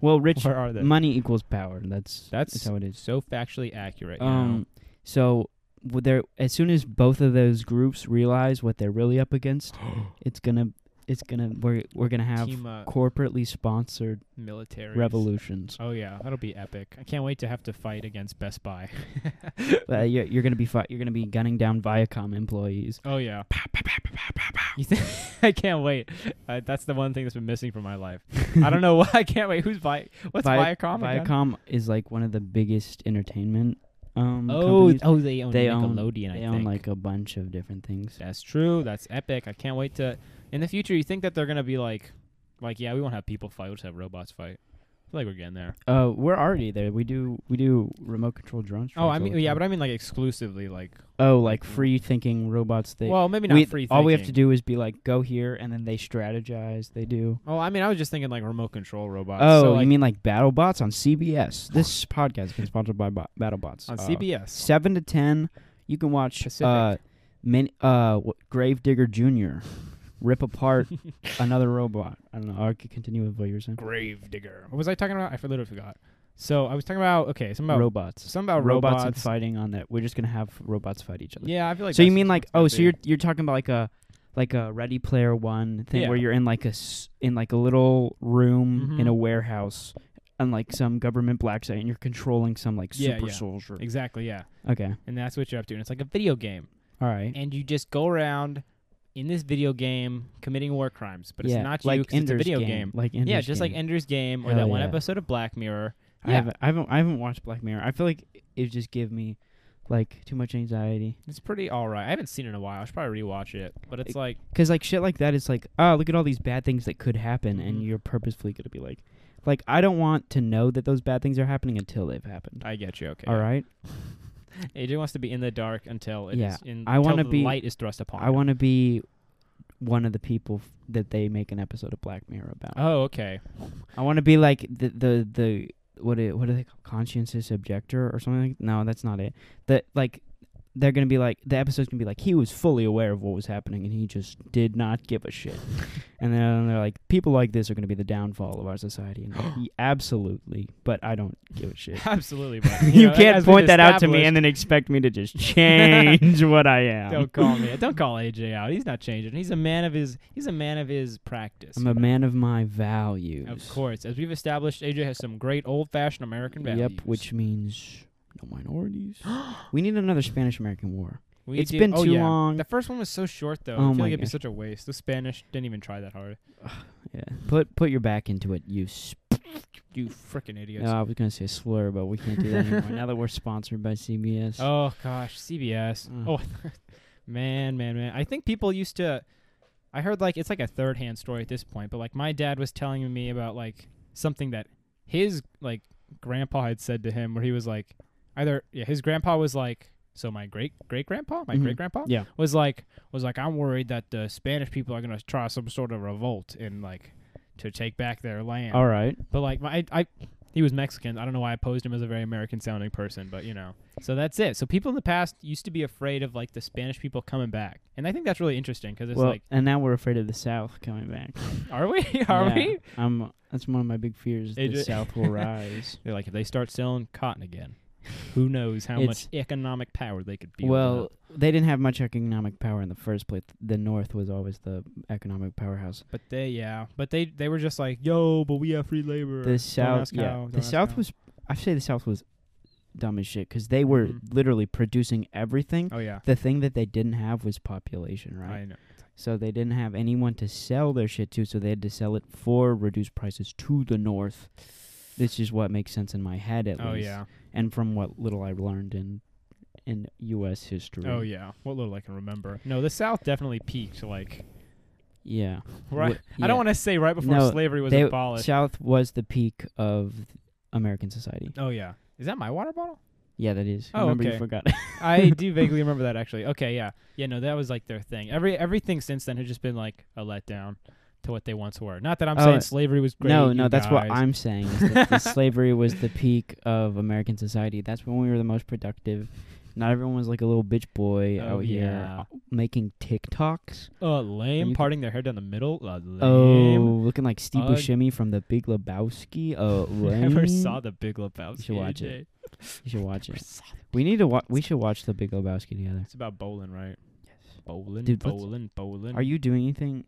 [SPEAKER 2] Well, rich
[SPEAKER 1] Where are they?
[SPEAKER 2] money equals power. That's
[SPEAKER 1] That's-
[SPEAKER 2] that's how it is.
[SPEAKER 1] so factually accurate. you know?
[SPEAKER 2] Um, so w- there as soon as both of those groups realize what they're really up against, it's gonna it's gonna we're we're gonna have
[SPEAKER 1] Team up,
[SPEAKER 2] corporately sponsored
[SPEAKER 1] military
[SPEAKER 2] revolutions.
[SPEAKER 1] Oh yeah, that'll be epic. I can't wait to have to fight against Best Buy.
[SPEAKER 2] Uh, you're, you're gonna be fi- you're gonna be gunning down Viacom employees.
[SPEAKER 1] Oh yeah. You think- I can't wait. Uh, that's the one thing that's been missing from my life. I don't know why I can't wait. Who's Vi? What's
[SPEAKER 2] Vi-
[SPEAKER 1] Viacom? again?
[SPEAKER 2] Viacom is like one of the biggest entertainment um
[SPEAKER 1] Oh,
[SPEAKER 2] companies.
[SPEAKER 1] oh, they own
[SPEAKER 2] they own
[SPEAKER 1] Nickelodeon.
[SPEAKER 2] they
[SPEAKER 1] I
[SPEAKER 2] own
[SPEAKER 1] think.
[SPEAKER 2] like a bunch of different things.
[SPEAKER 1] that's true. That's epic. I can't wait to. In the future, you think that they're gonna be like, like yeah, we won't have people fight. We'll just have robots fight. I feel like we're getting there.
[SPEAKER 2] Uh, we're already there. We do we do remote control drones.
[SPEAKER 1] Oh, I mean, yeah, but I mean like exclusively like.
[SPEAKER 2] oh, like free thinking robots that
[SPEAKER 1] Well, maybe not
[SPEAKER 2] we-
[SPEAKER 1] free.
[SPEAKER 2] All we have to
[SPEAKER 1] thinking.
[SPEAKER 2] do is be like, go here, and then they strategize. They do.
[SPEAKER 1] Oh, I mean, I was just thinking like remote control robots.
[SPEAKER 2] oh,
[SPEAKER 1] Uh, so, like,
[SPEAKER 2] you mean like BattleBots on CBS? This podcast has been sponsored by Bo- BattleBots.
[SPEAKER 1] on
[SPEAKER 2] Uh,
[SPEAKER 1] CBS?
[SPEAKER 2] Seven to ten, you can watch
[SPEAKER 1] Pacific.
[SPEAKER 2] uh, min- uh, wh- Gravedigger Junior rip apart another robot. I don't know. I could continue with what you were saying.
[SPEAKER 1] Gravedigger. What was I talking about? I for- literally forgot. So I was talking about okay, something about
[SPEAKER 2] robots.
[SPEAKER 1] something about
[SPEAKER 2] robots,
[SPEAKER 1] robots.
[SPEAKER 2] and fighting on that. We're just gonna have robots fight each other.
[SPEAKER 1] Yeah, I feel like.
[SPEAKER 2] so you
[SPEAKER 1] that's
[SPEAKER 2] mean
[SPEAKER 1] what
[SPEAKER 2] like
[SPEAKER 1] it's gonna
[SPEAKER 2] oh so
[SPEAKER 1] be.
[SPEAKER 2] you're you're talking about like a like a ready player one thing where
[SPEAKER 1] Yeah.
[SPEAKER 2] you're in like a s- in like a little room in
[SPEAKER 1] Mhm.
[SPEAKER 2] a warehouse on like some government black site and you're controlling some like
[SPEAKER 1] Yeah,
[SPEAKER 2] super
[SPEAKER 1] yeah.
[SPEAKER 2] soldier
[SPEAKER 1] exactly yeah,
[SPEAKER 2] okay
[SPEAKER 1] and that's what you're up to, and it's like a video game,
[SPEAKER 2] all right
[SPEAKER 1] and you just go around in this video game committing war crimes, but
[SPEAKER 2] yeah
[SPEAKER 1] it's not you
[SPEAKER 2] like
[SPEAKER 1] 'cause it's a
[SPEAKER 2] Ender's
[SPEAKER 1] video
[SPEAKER 2] game.
[SPEAKER 1] game.
[SPEAKER 2] like Ender's
[SPEAKER 1] yeah, just like
[SPEAKER 2] Game.
[SPEAKER 1] Ender's Game or
[SPEAKER 2] Hell
[SPEAKER 1] that one
[SPEAKER 2] yeah.
[SPEAKER 1] episode of Black Mirror.
[SPEAKER 2] I
[SPEAKER 1] yeah.
[SPEAKER 2] haven't I haven't I haven't watched Black Mirror I feel like it just give me like too much anxiety
[SPEAKER 1] It's pretty all right. I haven't seen it in a while. I should probably rewatch it, but it's
[SPEAKER 2] It-
[SPEAKER 1] like
[SPEAKER 2] because like shit like that is like oh look at all these bad things that could happen and
[SPEAKER 1] Mhm.
[SPEAKER 2] you're purposefully gonna be like like I don't want to know that those bad things are happening until they've happened
[SPEAKER 1] I get you. Okay,
[SPEAKER 2] all right
[SPEAKER 1] AJ wants to be in the dark until it's
[SPEAKER 2] Yeah,
[SPEAKER 1] in,
[SPEAKER 2] I
[SPEAKER 1] until
[SPEAKER 2] wanna
[SPEAKER 1] the
[SPEAKER 2] be-
[SPEAKER 1] light is thrust upon.
[SPEAKER 2] I
[SPEAKER 1] him.
[SPEAKER 2] want to be one of the people f- that they make an episode of Black Mirror
[SPEAKER 4] Uh,
[SPEAKER 2] about.
[SPEAKER 1] Oh, okay.
[SPEAKER 2] I want to be like the the the what it, what are they called? conscientious objector or something? Like, no, that's not it. That like they're gonna be like the episode's gonna be like he was fully aware of what was happening and he just did not give a shit. and then they're like people like this are gonna be the downfall of our society. And like, "Ye- absolutely, but I don't give a shit.
[SPEAKER 1] Absolutely, but
[SPEAKER 4] You,
[SPEAKER 1] know,
[SPEAKER 4] can't
[SPEAKER 1] as we've
[SPEAKER 4] point that out to me
[SPEAKER 1] established-
[SPEAKER 4] and then expect me to just change what I am.
[SPEAKER 1] Don't call me. Don't call AJ out. He's not changing. He's a man of his. He's a man of his practice.
[SPEAKER 2] I'm a man of my values.
[SPEAKER 1] of course, as we've established, AJ has some great old-fashioned American values.
[SPEAKER 2] Yep, which means no minorities. we need another Spanish American War.
[SPEAKER 1] we
[SPEAKER 2] It's
[SPEAKER 1] do-
[SPEAKER 2] been
[SPEAKER 1] oh,
[SPEAKER 2] too
[SPEAKER 1] yeah.
[SPEAKER 2] long.
[SPEAKER 1] The first one was so short, though. I
[SPEAKER 2] Oh
[SPEAKER 1] feel
[SPEAKER 2] my
[SPEAKER 1] like it'd be
[SPEAKER 2] gosh.
[SPEAKER 1] such a waste. The Spanish didn't even try that hard.
[SPEAKER 2] Yeah. Put put your back into it, you sp-
[SPEAKER 1] You freaking idiots.
[SPEAKER 2] No, I was gonna say slur, but we can't do that anymore. now that we're sponsored by CBS.
[SPEAKER 1] oh gosh, CBS.
[SPEAKER 2] Mm.
[SPEAKER 1] Oh, Man, man, man. I think people used to. I heard like it's like a third hand story at this point, but like my dad was telling me about like something that his like grandpa had said to him, where he was like, either yeah, his grandpa was like, so my great great grandpa, my
[SPEAKER 2] Mhm.
[SPEAKER 1] great grandpa,
[SPEAKER 4] Mm-hmm. Yeah.
[SPEAKER 1] was like was like I'm worried that the Spanish people are gonna try some sort of revolt and like to take back their land.
[SPEAKER 4] All right.
[SPEAKER 1] But like my, I, I, he was Mexican. I don't know why I posed him as a very American sounding person, but you know. So that's it. So people in the past used to be afraid of like the Spanish people coming back, and I think that's really interesting because it's
[SPEAKER 2] well,
[SPEAKER 1] like,
[SPEAKER 2] and now we're afraid of the South coming back.
[SPEAKER 1] are we? Are
[SPEAKER 2] Yeah.
[SPEAKER 1] we?
[SPEAKER 2] Um, that's one of my big fears.
[SPEAKER 1] They
[SPEAKER 2] The
[SPEAKER 1] ju-
[SPEAKER 2] South will rise.
[SPEAKER 1] They're like, if they start selling cotton again, who knows how much economic power they could be?
[SPEAKER 2] well, they didn't have much economic power in the first place. The North was always the economic powerhouse.
[SPEAKER 1] but they, yeah, but they, they were just like, yo, but we have free labor.
[SPEAKER 2] The South,
[SPEAKER 1] ask
[SPEAKER 2] yeah,
[SPEAKER 1] how,
[SPEAKER 2] the
[SPEAKER 1] don't ask
[SPEAKER 2] South
[SPEAKER 1] how.
[SPEAKER 2] was. I say the South was dumb as shit because they were
[SPEAKER 1] Mhm.
[SPEAKER 2] literally producing everything.
[SPEAKER 1] Oh yeah,
[SPEAKER 2] The thing that they didn't have was population, right?
[SPEAKER 1] I know.
[SPEAKER 2] So they didn't have anyone to sell their shit to, so they had to sell it for reduced prices to the North. This is what makes sense in my head, at
[SPEAKER 1] Oh
[SPEAKER 2] least.
[SPEAKER 1] yeah,
[SPEAKER 2] And from what little I learned in in U.S. history.
[SPEAKER 1] oh yeah. What little I can remember. No, the South definitely peaked like
[SPEAKER 2] Yeah.
[SPEAKER 1] Right.
[SPEAKER 2] Wh-
[SPEAKER 1] I
[SPEAKER 2] yeah.
[SPEAKER 1] don't want to say right before
[SPEAKER 2] No,
[SPEAKER 1] slavery was
[SPEAKER 2] They-
[SPEAKER 1] abolished.
[SPEAKER 2] South was the peak of American society.
[SPEAKER 1] oh yeah. Is that my water bottle?
[SPEAKER 2] Yeah, that is.
[SPEAKER 1] Oh,
[SPEAKER 2] Remember
[SPEAKER 1] okay.
[SPEAKER 2] you forgot.
[SPEAKER 1] I do vaguely remember that actually. Okay, yeah. Yeah, no, that was like their thing. Every everything since then has just been like a letdown to what they once were. Not that I'm
[SPEAKER 2] Oh,
[SPEAKER 1] saying slavery was great.
[SPEAKER 2] no,
[SPEAKER 1] you
[SPEAKER 2] no, that's what
[SPEAKER 1] guys.
[SPEAKER 2] I'm saying. Is that the slavery was the peak of American society. That's when we were the most productive. Not everyone was like a little bitch boy
[SPEAKER 1] Oh,
[SPEAKER 2] out
[SPEAKER 1] yeah.
[SPEAKER 2] here uh, making TikToks.
[SPEAKER 1] uh
[SPEAKER 2] You
[SPEAKER 1] lame
[SPEAKER 2] can-
[SPEAKER 1] parting their hair down the middle. Uh, lame.
[SPEAKER 2] Oh, looking like Steve
[SPEAKER 1] Ugh.
[SPEAKER 2] Buscemi from The Big Lebowski. Oh,
[SPEAKER 1] Never
[SPEAKER 2] lame.
[SPEAKER 1] saw the Big Lebowski.
[SPEAKER 2] You should watch it.
[SPEAKER 1] AJ.
[SPEAKER 2] You should watch it. We need to watch. We should watch The Big Lebowski together.
[SPEAKER 1] It's about bowling, right?
[SPEAKER 2] Yes.
[SPEAKER 1] Bowling,
[SPEAKER 2] Dude, let's-
[SPEAKER 1] bowling, bowling.
[SPEAKER 2] Are you doing anything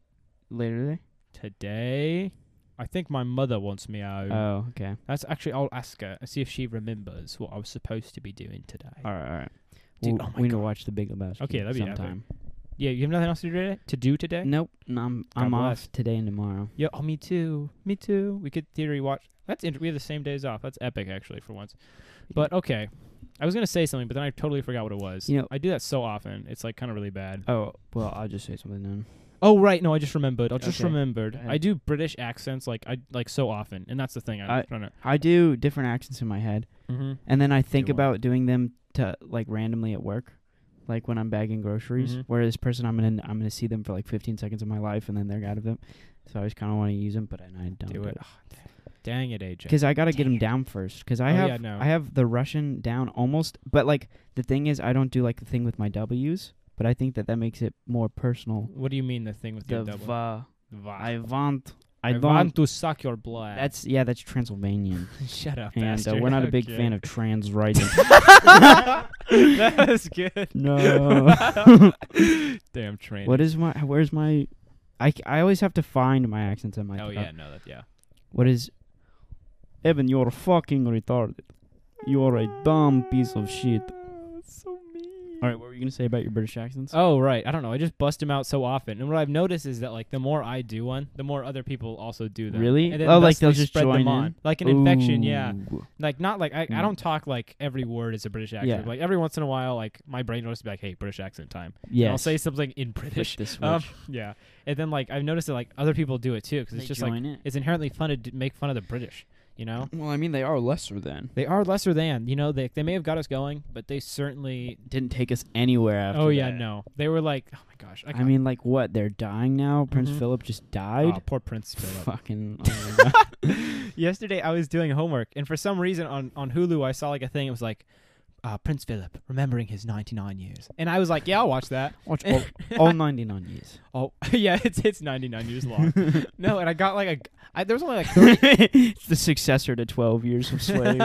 [SPEAKER 2] later today?
[SPEAKER 1] today? I think my mother wants me out.
[SPEAKER 2] Oh, okay.
[SPEAKER 1] That's actually I'll ask her and see if she remembers what I was supposed to be doing today.
[SPEAKER 2] All right, all right.
[SPEAKER 1] Dude,
[SPEAKER 2] We'll-
[SPEAKER 1] oh my
[SPEAKER 2] we need to
[SPEAKER 1] God.
[SPEAKER 2] watch The Big Lebowski.
[SPEAKER 1] Okay, that'd be epic.
[SPEAKER 2] sometime.
[SPEAKER 1] Yeah, you have nothing else to do today? To do today?
[SPEAKER 2] Nope, no, I'm
[SPEAKER 1] God
[SPEAKER 2] I'm
[SPEAKER 1] bless.
[SPEAKER 2] off today and tomorrow.
[SPEAKER 1] Yeah. Oh, me too. Me too. We could theory watch. That's int- we have the same days off. That's epic actually for once. But okay, I was gonna say something, but then I totally forgot what it was.
[SPEAKER 2] You know-
[SPEAKER 1] I do that so often. It's like kind of really bad.
[SPEAKER 2] Oh well, I'll just say something then.
[SPEAKER 1] Oh right, no, I just remembered. I just
[SPEAKER 2] Okay.
[SPEAKER 1] remembered.
[SPEAKER 2] ahead.
[SPEAKER 1] I do British accents like I like so often, and that's the thing. I,
[SPEAKER 2] I-
[SPEAKER 1] don't know.
[SPEAKER 2] I do different accents in my head,
[SPEAKER 1] Mm-hmm.
[SPEAKER 2] and then I think
[SPEAKER 1] one.
[SPEAKER 2] about doing them to like randomly at work, like when I'm bagging groceries.
[SPEAKER 1] Mhm.
[SPEAKER 2] Where this person, I'm gonna I'm gonna see them for like 15 seconds of my life, and then they're out of them. So I just kind of want to use them, but then I don't
[SPEAKER 1] Do
[SPEAKER 2] do
[SPEAKER 1] it.
[SPEAKER 2] it
[SPEAKER 1] Ah, dang it, AJ.
[SPEAKER 2] because I gotta get them down first. Because I
[SPEAKER 1] Oh,
[SPEAKER 2] have
[SPEAKER 1] yeah, no.
[SPEAKER 2] I have the Russian down almost, but like the thing is, I don't do like the thing with my W's, but I think that that makes it more personal.
[SPEAKER 1] What do you mean the thing with
[SPEAKER 2] The
[SPEAKER 1] your double?
[SPEAKER 2] va,
[SPEAKER 1] Va-
[SPEAKER 2] I want I, don't.
[SPEAKER 1] want to suck your blood.
[SPEAKER 2] That's yeah, that's Transylvanian.
[SPEAKER 1] shut up,
[SPEAKER 2] and uh,
[SPEAKER 1] bastard.
[SPEAKER 2] we're not a big
[SPEAKER 1] Okay.
[SPEAKER 2] fan of trans rights.
[SPEAKER 1] that was good.
[SPEAKER 2] no.
[SPEAKER 1] Damn train.
[SPEAKER 2] Oh. What is my? Where's my? I, c- I always have to find my accents in my.
[SPEAKER 1] Oh
[SPEAKER 2] thought.
[SPEAKER 1] yeah, no, that yeah.
[SPEAKER 2] What is? Evan, you're fucking retarded. You're a dumb piece of shit.
[SPEAKER 1] so mean.
[SPEAKER 2] All right, what were you gonna say about your British accents?
[SPEAKER 1] Oh right, I don't know. I just bust them out so often, and what I've noticed is that like the more I do one, the more other people also do them.
[SPEAKER 2] Really?
[SPEAKER 1] And then
[SPEAKER 2] Oh, like,
[SPEAKER 1] thus they
[SPEAKER 2] they'll just
[SPEAKER 1] spread
[SPEAKER 2] join
[SPEAKER 1] them
[SPEAKER 2] in?
[SPEAKER 1] on, like an infection. Yeah,
[SPEAKER 2] Ooh.
[SPEAKER 1] like not like I, I
[SPEAKER 2] Mm.
[SPEAKER 1] don't talk like every word is a British accent.
[SPEAKER 2] Yeah.
[SPEAKER 1] Like every once in a while, like my brain will just be like, "Hey, British accent time." And
[SPEAKER 2] Yes.
[SPEAKER 1] I'll say something in British.
[SPEAKER 2] Flip the switch.
[SPEAKER 1] Um, yeah, and then like I've noticed that like other people do it too because
[SPEAKER 2] They
[SPEAKER 1] it's just like
[SPEAKER 2] join it.
[SPEAKER 1] it's inherently fun to d- make fun of the British. You know,
[SPEAKER 2] Well, I mean, they are lesser than.
[SPEAKER 1] They are lesser than. You know, they they may have got us going, but they certainly.
[SPEAKER 2] Didn't take us anywhere after.
[SPEAKER 1] oh yeah,
[SPEAKER 2] that.
[SPEAKER 1] no, they were like, oh my gosh, I,
[SPEAKER 2] I mean, like what? They're dying now. Prince
[SPEAKER 1] Mhm.
[SPEAKER 2] Philip just
[SPEAKER 1] oh,
[SPEAKER 2] died.
[SPEAKER 1] poor Prince Philip.
[SPEAKER 2] Fucking. oh my God.
[SPEAKER 1] Yesterday I was doing homework, and for some reason on on Hulu I saw like a thing. It was like. Uh, Prince Philip remembering his 99 years, and I was like, "Yeah, I'll watch that."
[SPEAKER 2] Watch all, all 99 years.
[SPEAKER 1] Oh, yeah, it's it's 99 years long. no, and I got like a I, there was only like 30,
[SPEAKER 2] it's the successor to 12 years of slave.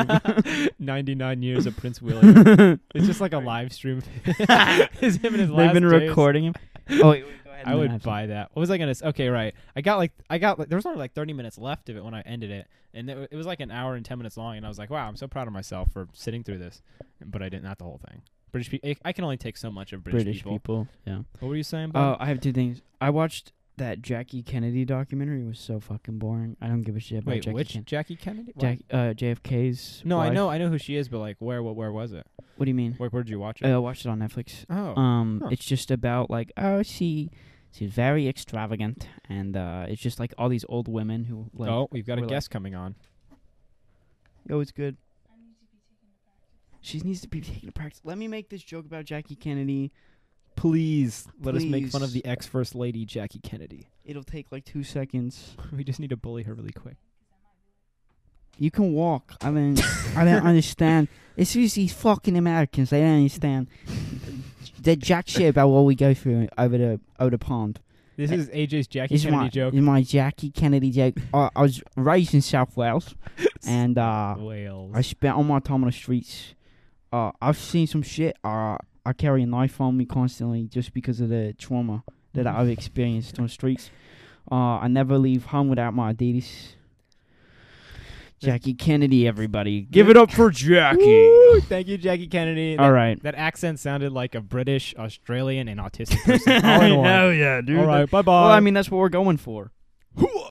[SPEAKER 1] 99 years of Prince William. It's just like a live stream. It's him and his
[SPEAKER 2] They've
[SPEAKER 1] last
[SPEAKER 2] been
[SPEAKER 1] days.
[SPEAKER 2] recording him. Oh, wait, wait, go ahead.
[SPEAKER 1] I
[SPEAKER 2] and then
[SPEAKER 1] would
[SPEAKER 2] have
[SPEAKER 1] buy that. What was I gonna say? Okay, right. I got like I got like there was only like 30 minutes left of it when I ended it, and it, wa- it was like an hour and 10 minutes long, and I was like, wow, I'm so proud of myself for sitting through this, but I didn't. Not the whole thing. British people. I can only take so much of
[SPEAKER 2] some
[SPEAKER 1] British, people.
[SPEAKER 2] Yeah.
[SPEAKER 1] What were you saying?
[SPEAKER 2] Oh,
[SPEAKER 1] Bob?
[SPEAKER 2] I have two things. I watched that Jackie Kennedy documentary was so fucking boring. I don't give a shit about
[SPEAKER 1] Wait,
[SPEAKER 2] Oh, Jackie
[SPEAKER 1] which
[SPEAKER 2] Kennedy.
[SPEAKER 1] Jackie Kennedy? What?
[SPEAKER 2] Jack, uh, JFK's.
[SPEAKER 1] no, I
[SPEAKER 2] wife.
[SPEAKER 1] know, I know who she is, but like, where, what, where was it?
[SPEAKER 2] What do you mean?
[SPEAKER 1] Where, where did you watch it?
[SPEAKER 2] Uh, I watched it on Netflix.
[SPEAKER 1] oh,
[SPEAKER 2] Um,
[SPEAKER 1] huh.
[SPEAKER 2] it's just about like oh she, she's very extravagant, and uh, it's just like all these old women who like
[SPEAKER 1] oh, we've got a
[SPEAKER 2] we're like-
[SPEAKER 1] guest coming on.
[SPEAKER 2] Oh, it's good. She needs to be taken to practice. Let me make this joke about Jackie Kennedy.
[SPEAKER 1] Please
[SPEAKER 2] let us make fun of the
[SPEAKER 1] ex first lady Jackie Kennedy.
[SPEAKER 2] It'll take like two seconds.
[SPEAKER 1] we just need to bully her really quick.
[SPEAKER 2] You can walk. I mean, I don't understand. It's just these fucking Americans. They don't understand. They're jack shit about what we go through over the over the pond.
[SPEAKER 1] This
[SPEAKER 2] Eh,
[SPEAKER 1] is AJ's Jackie
[SPEAKER 2] This is
[SPEAKER 1] Kennedy
[SPEAKER 2] my
[SPEAKER 1] joke.
[SPEAKER 2] this is my Jackie Kennedy joke. I, I was raised in South Wales, and uh,
[SPEAKER 1] Wales.
[SPEAKER 2] I spent all my time on the streets. Uh, I've seen some shit. Uh, I carry a knife on me constantly just because of the trauma that I've experienced on the streets. Uh, I never leave home without my Adidas. Jackie Kennedy, everybody, give it up for Jackie.
[SPEAKER 1] Woo! Thank you, Jackie Kennedy.
[SPEAKER 2] all
[SPEAKER 1] that,
[SPEAKER 2] right.
[SPEAKER 1] that accent sounded like a British, Australian, and autistic person all in one.
[SPEAKER 2] yeah,
[SPEAKER 1] All right, bye bye.
[SPEAKER 2] Uh, Well, I mean, that's what we're going for.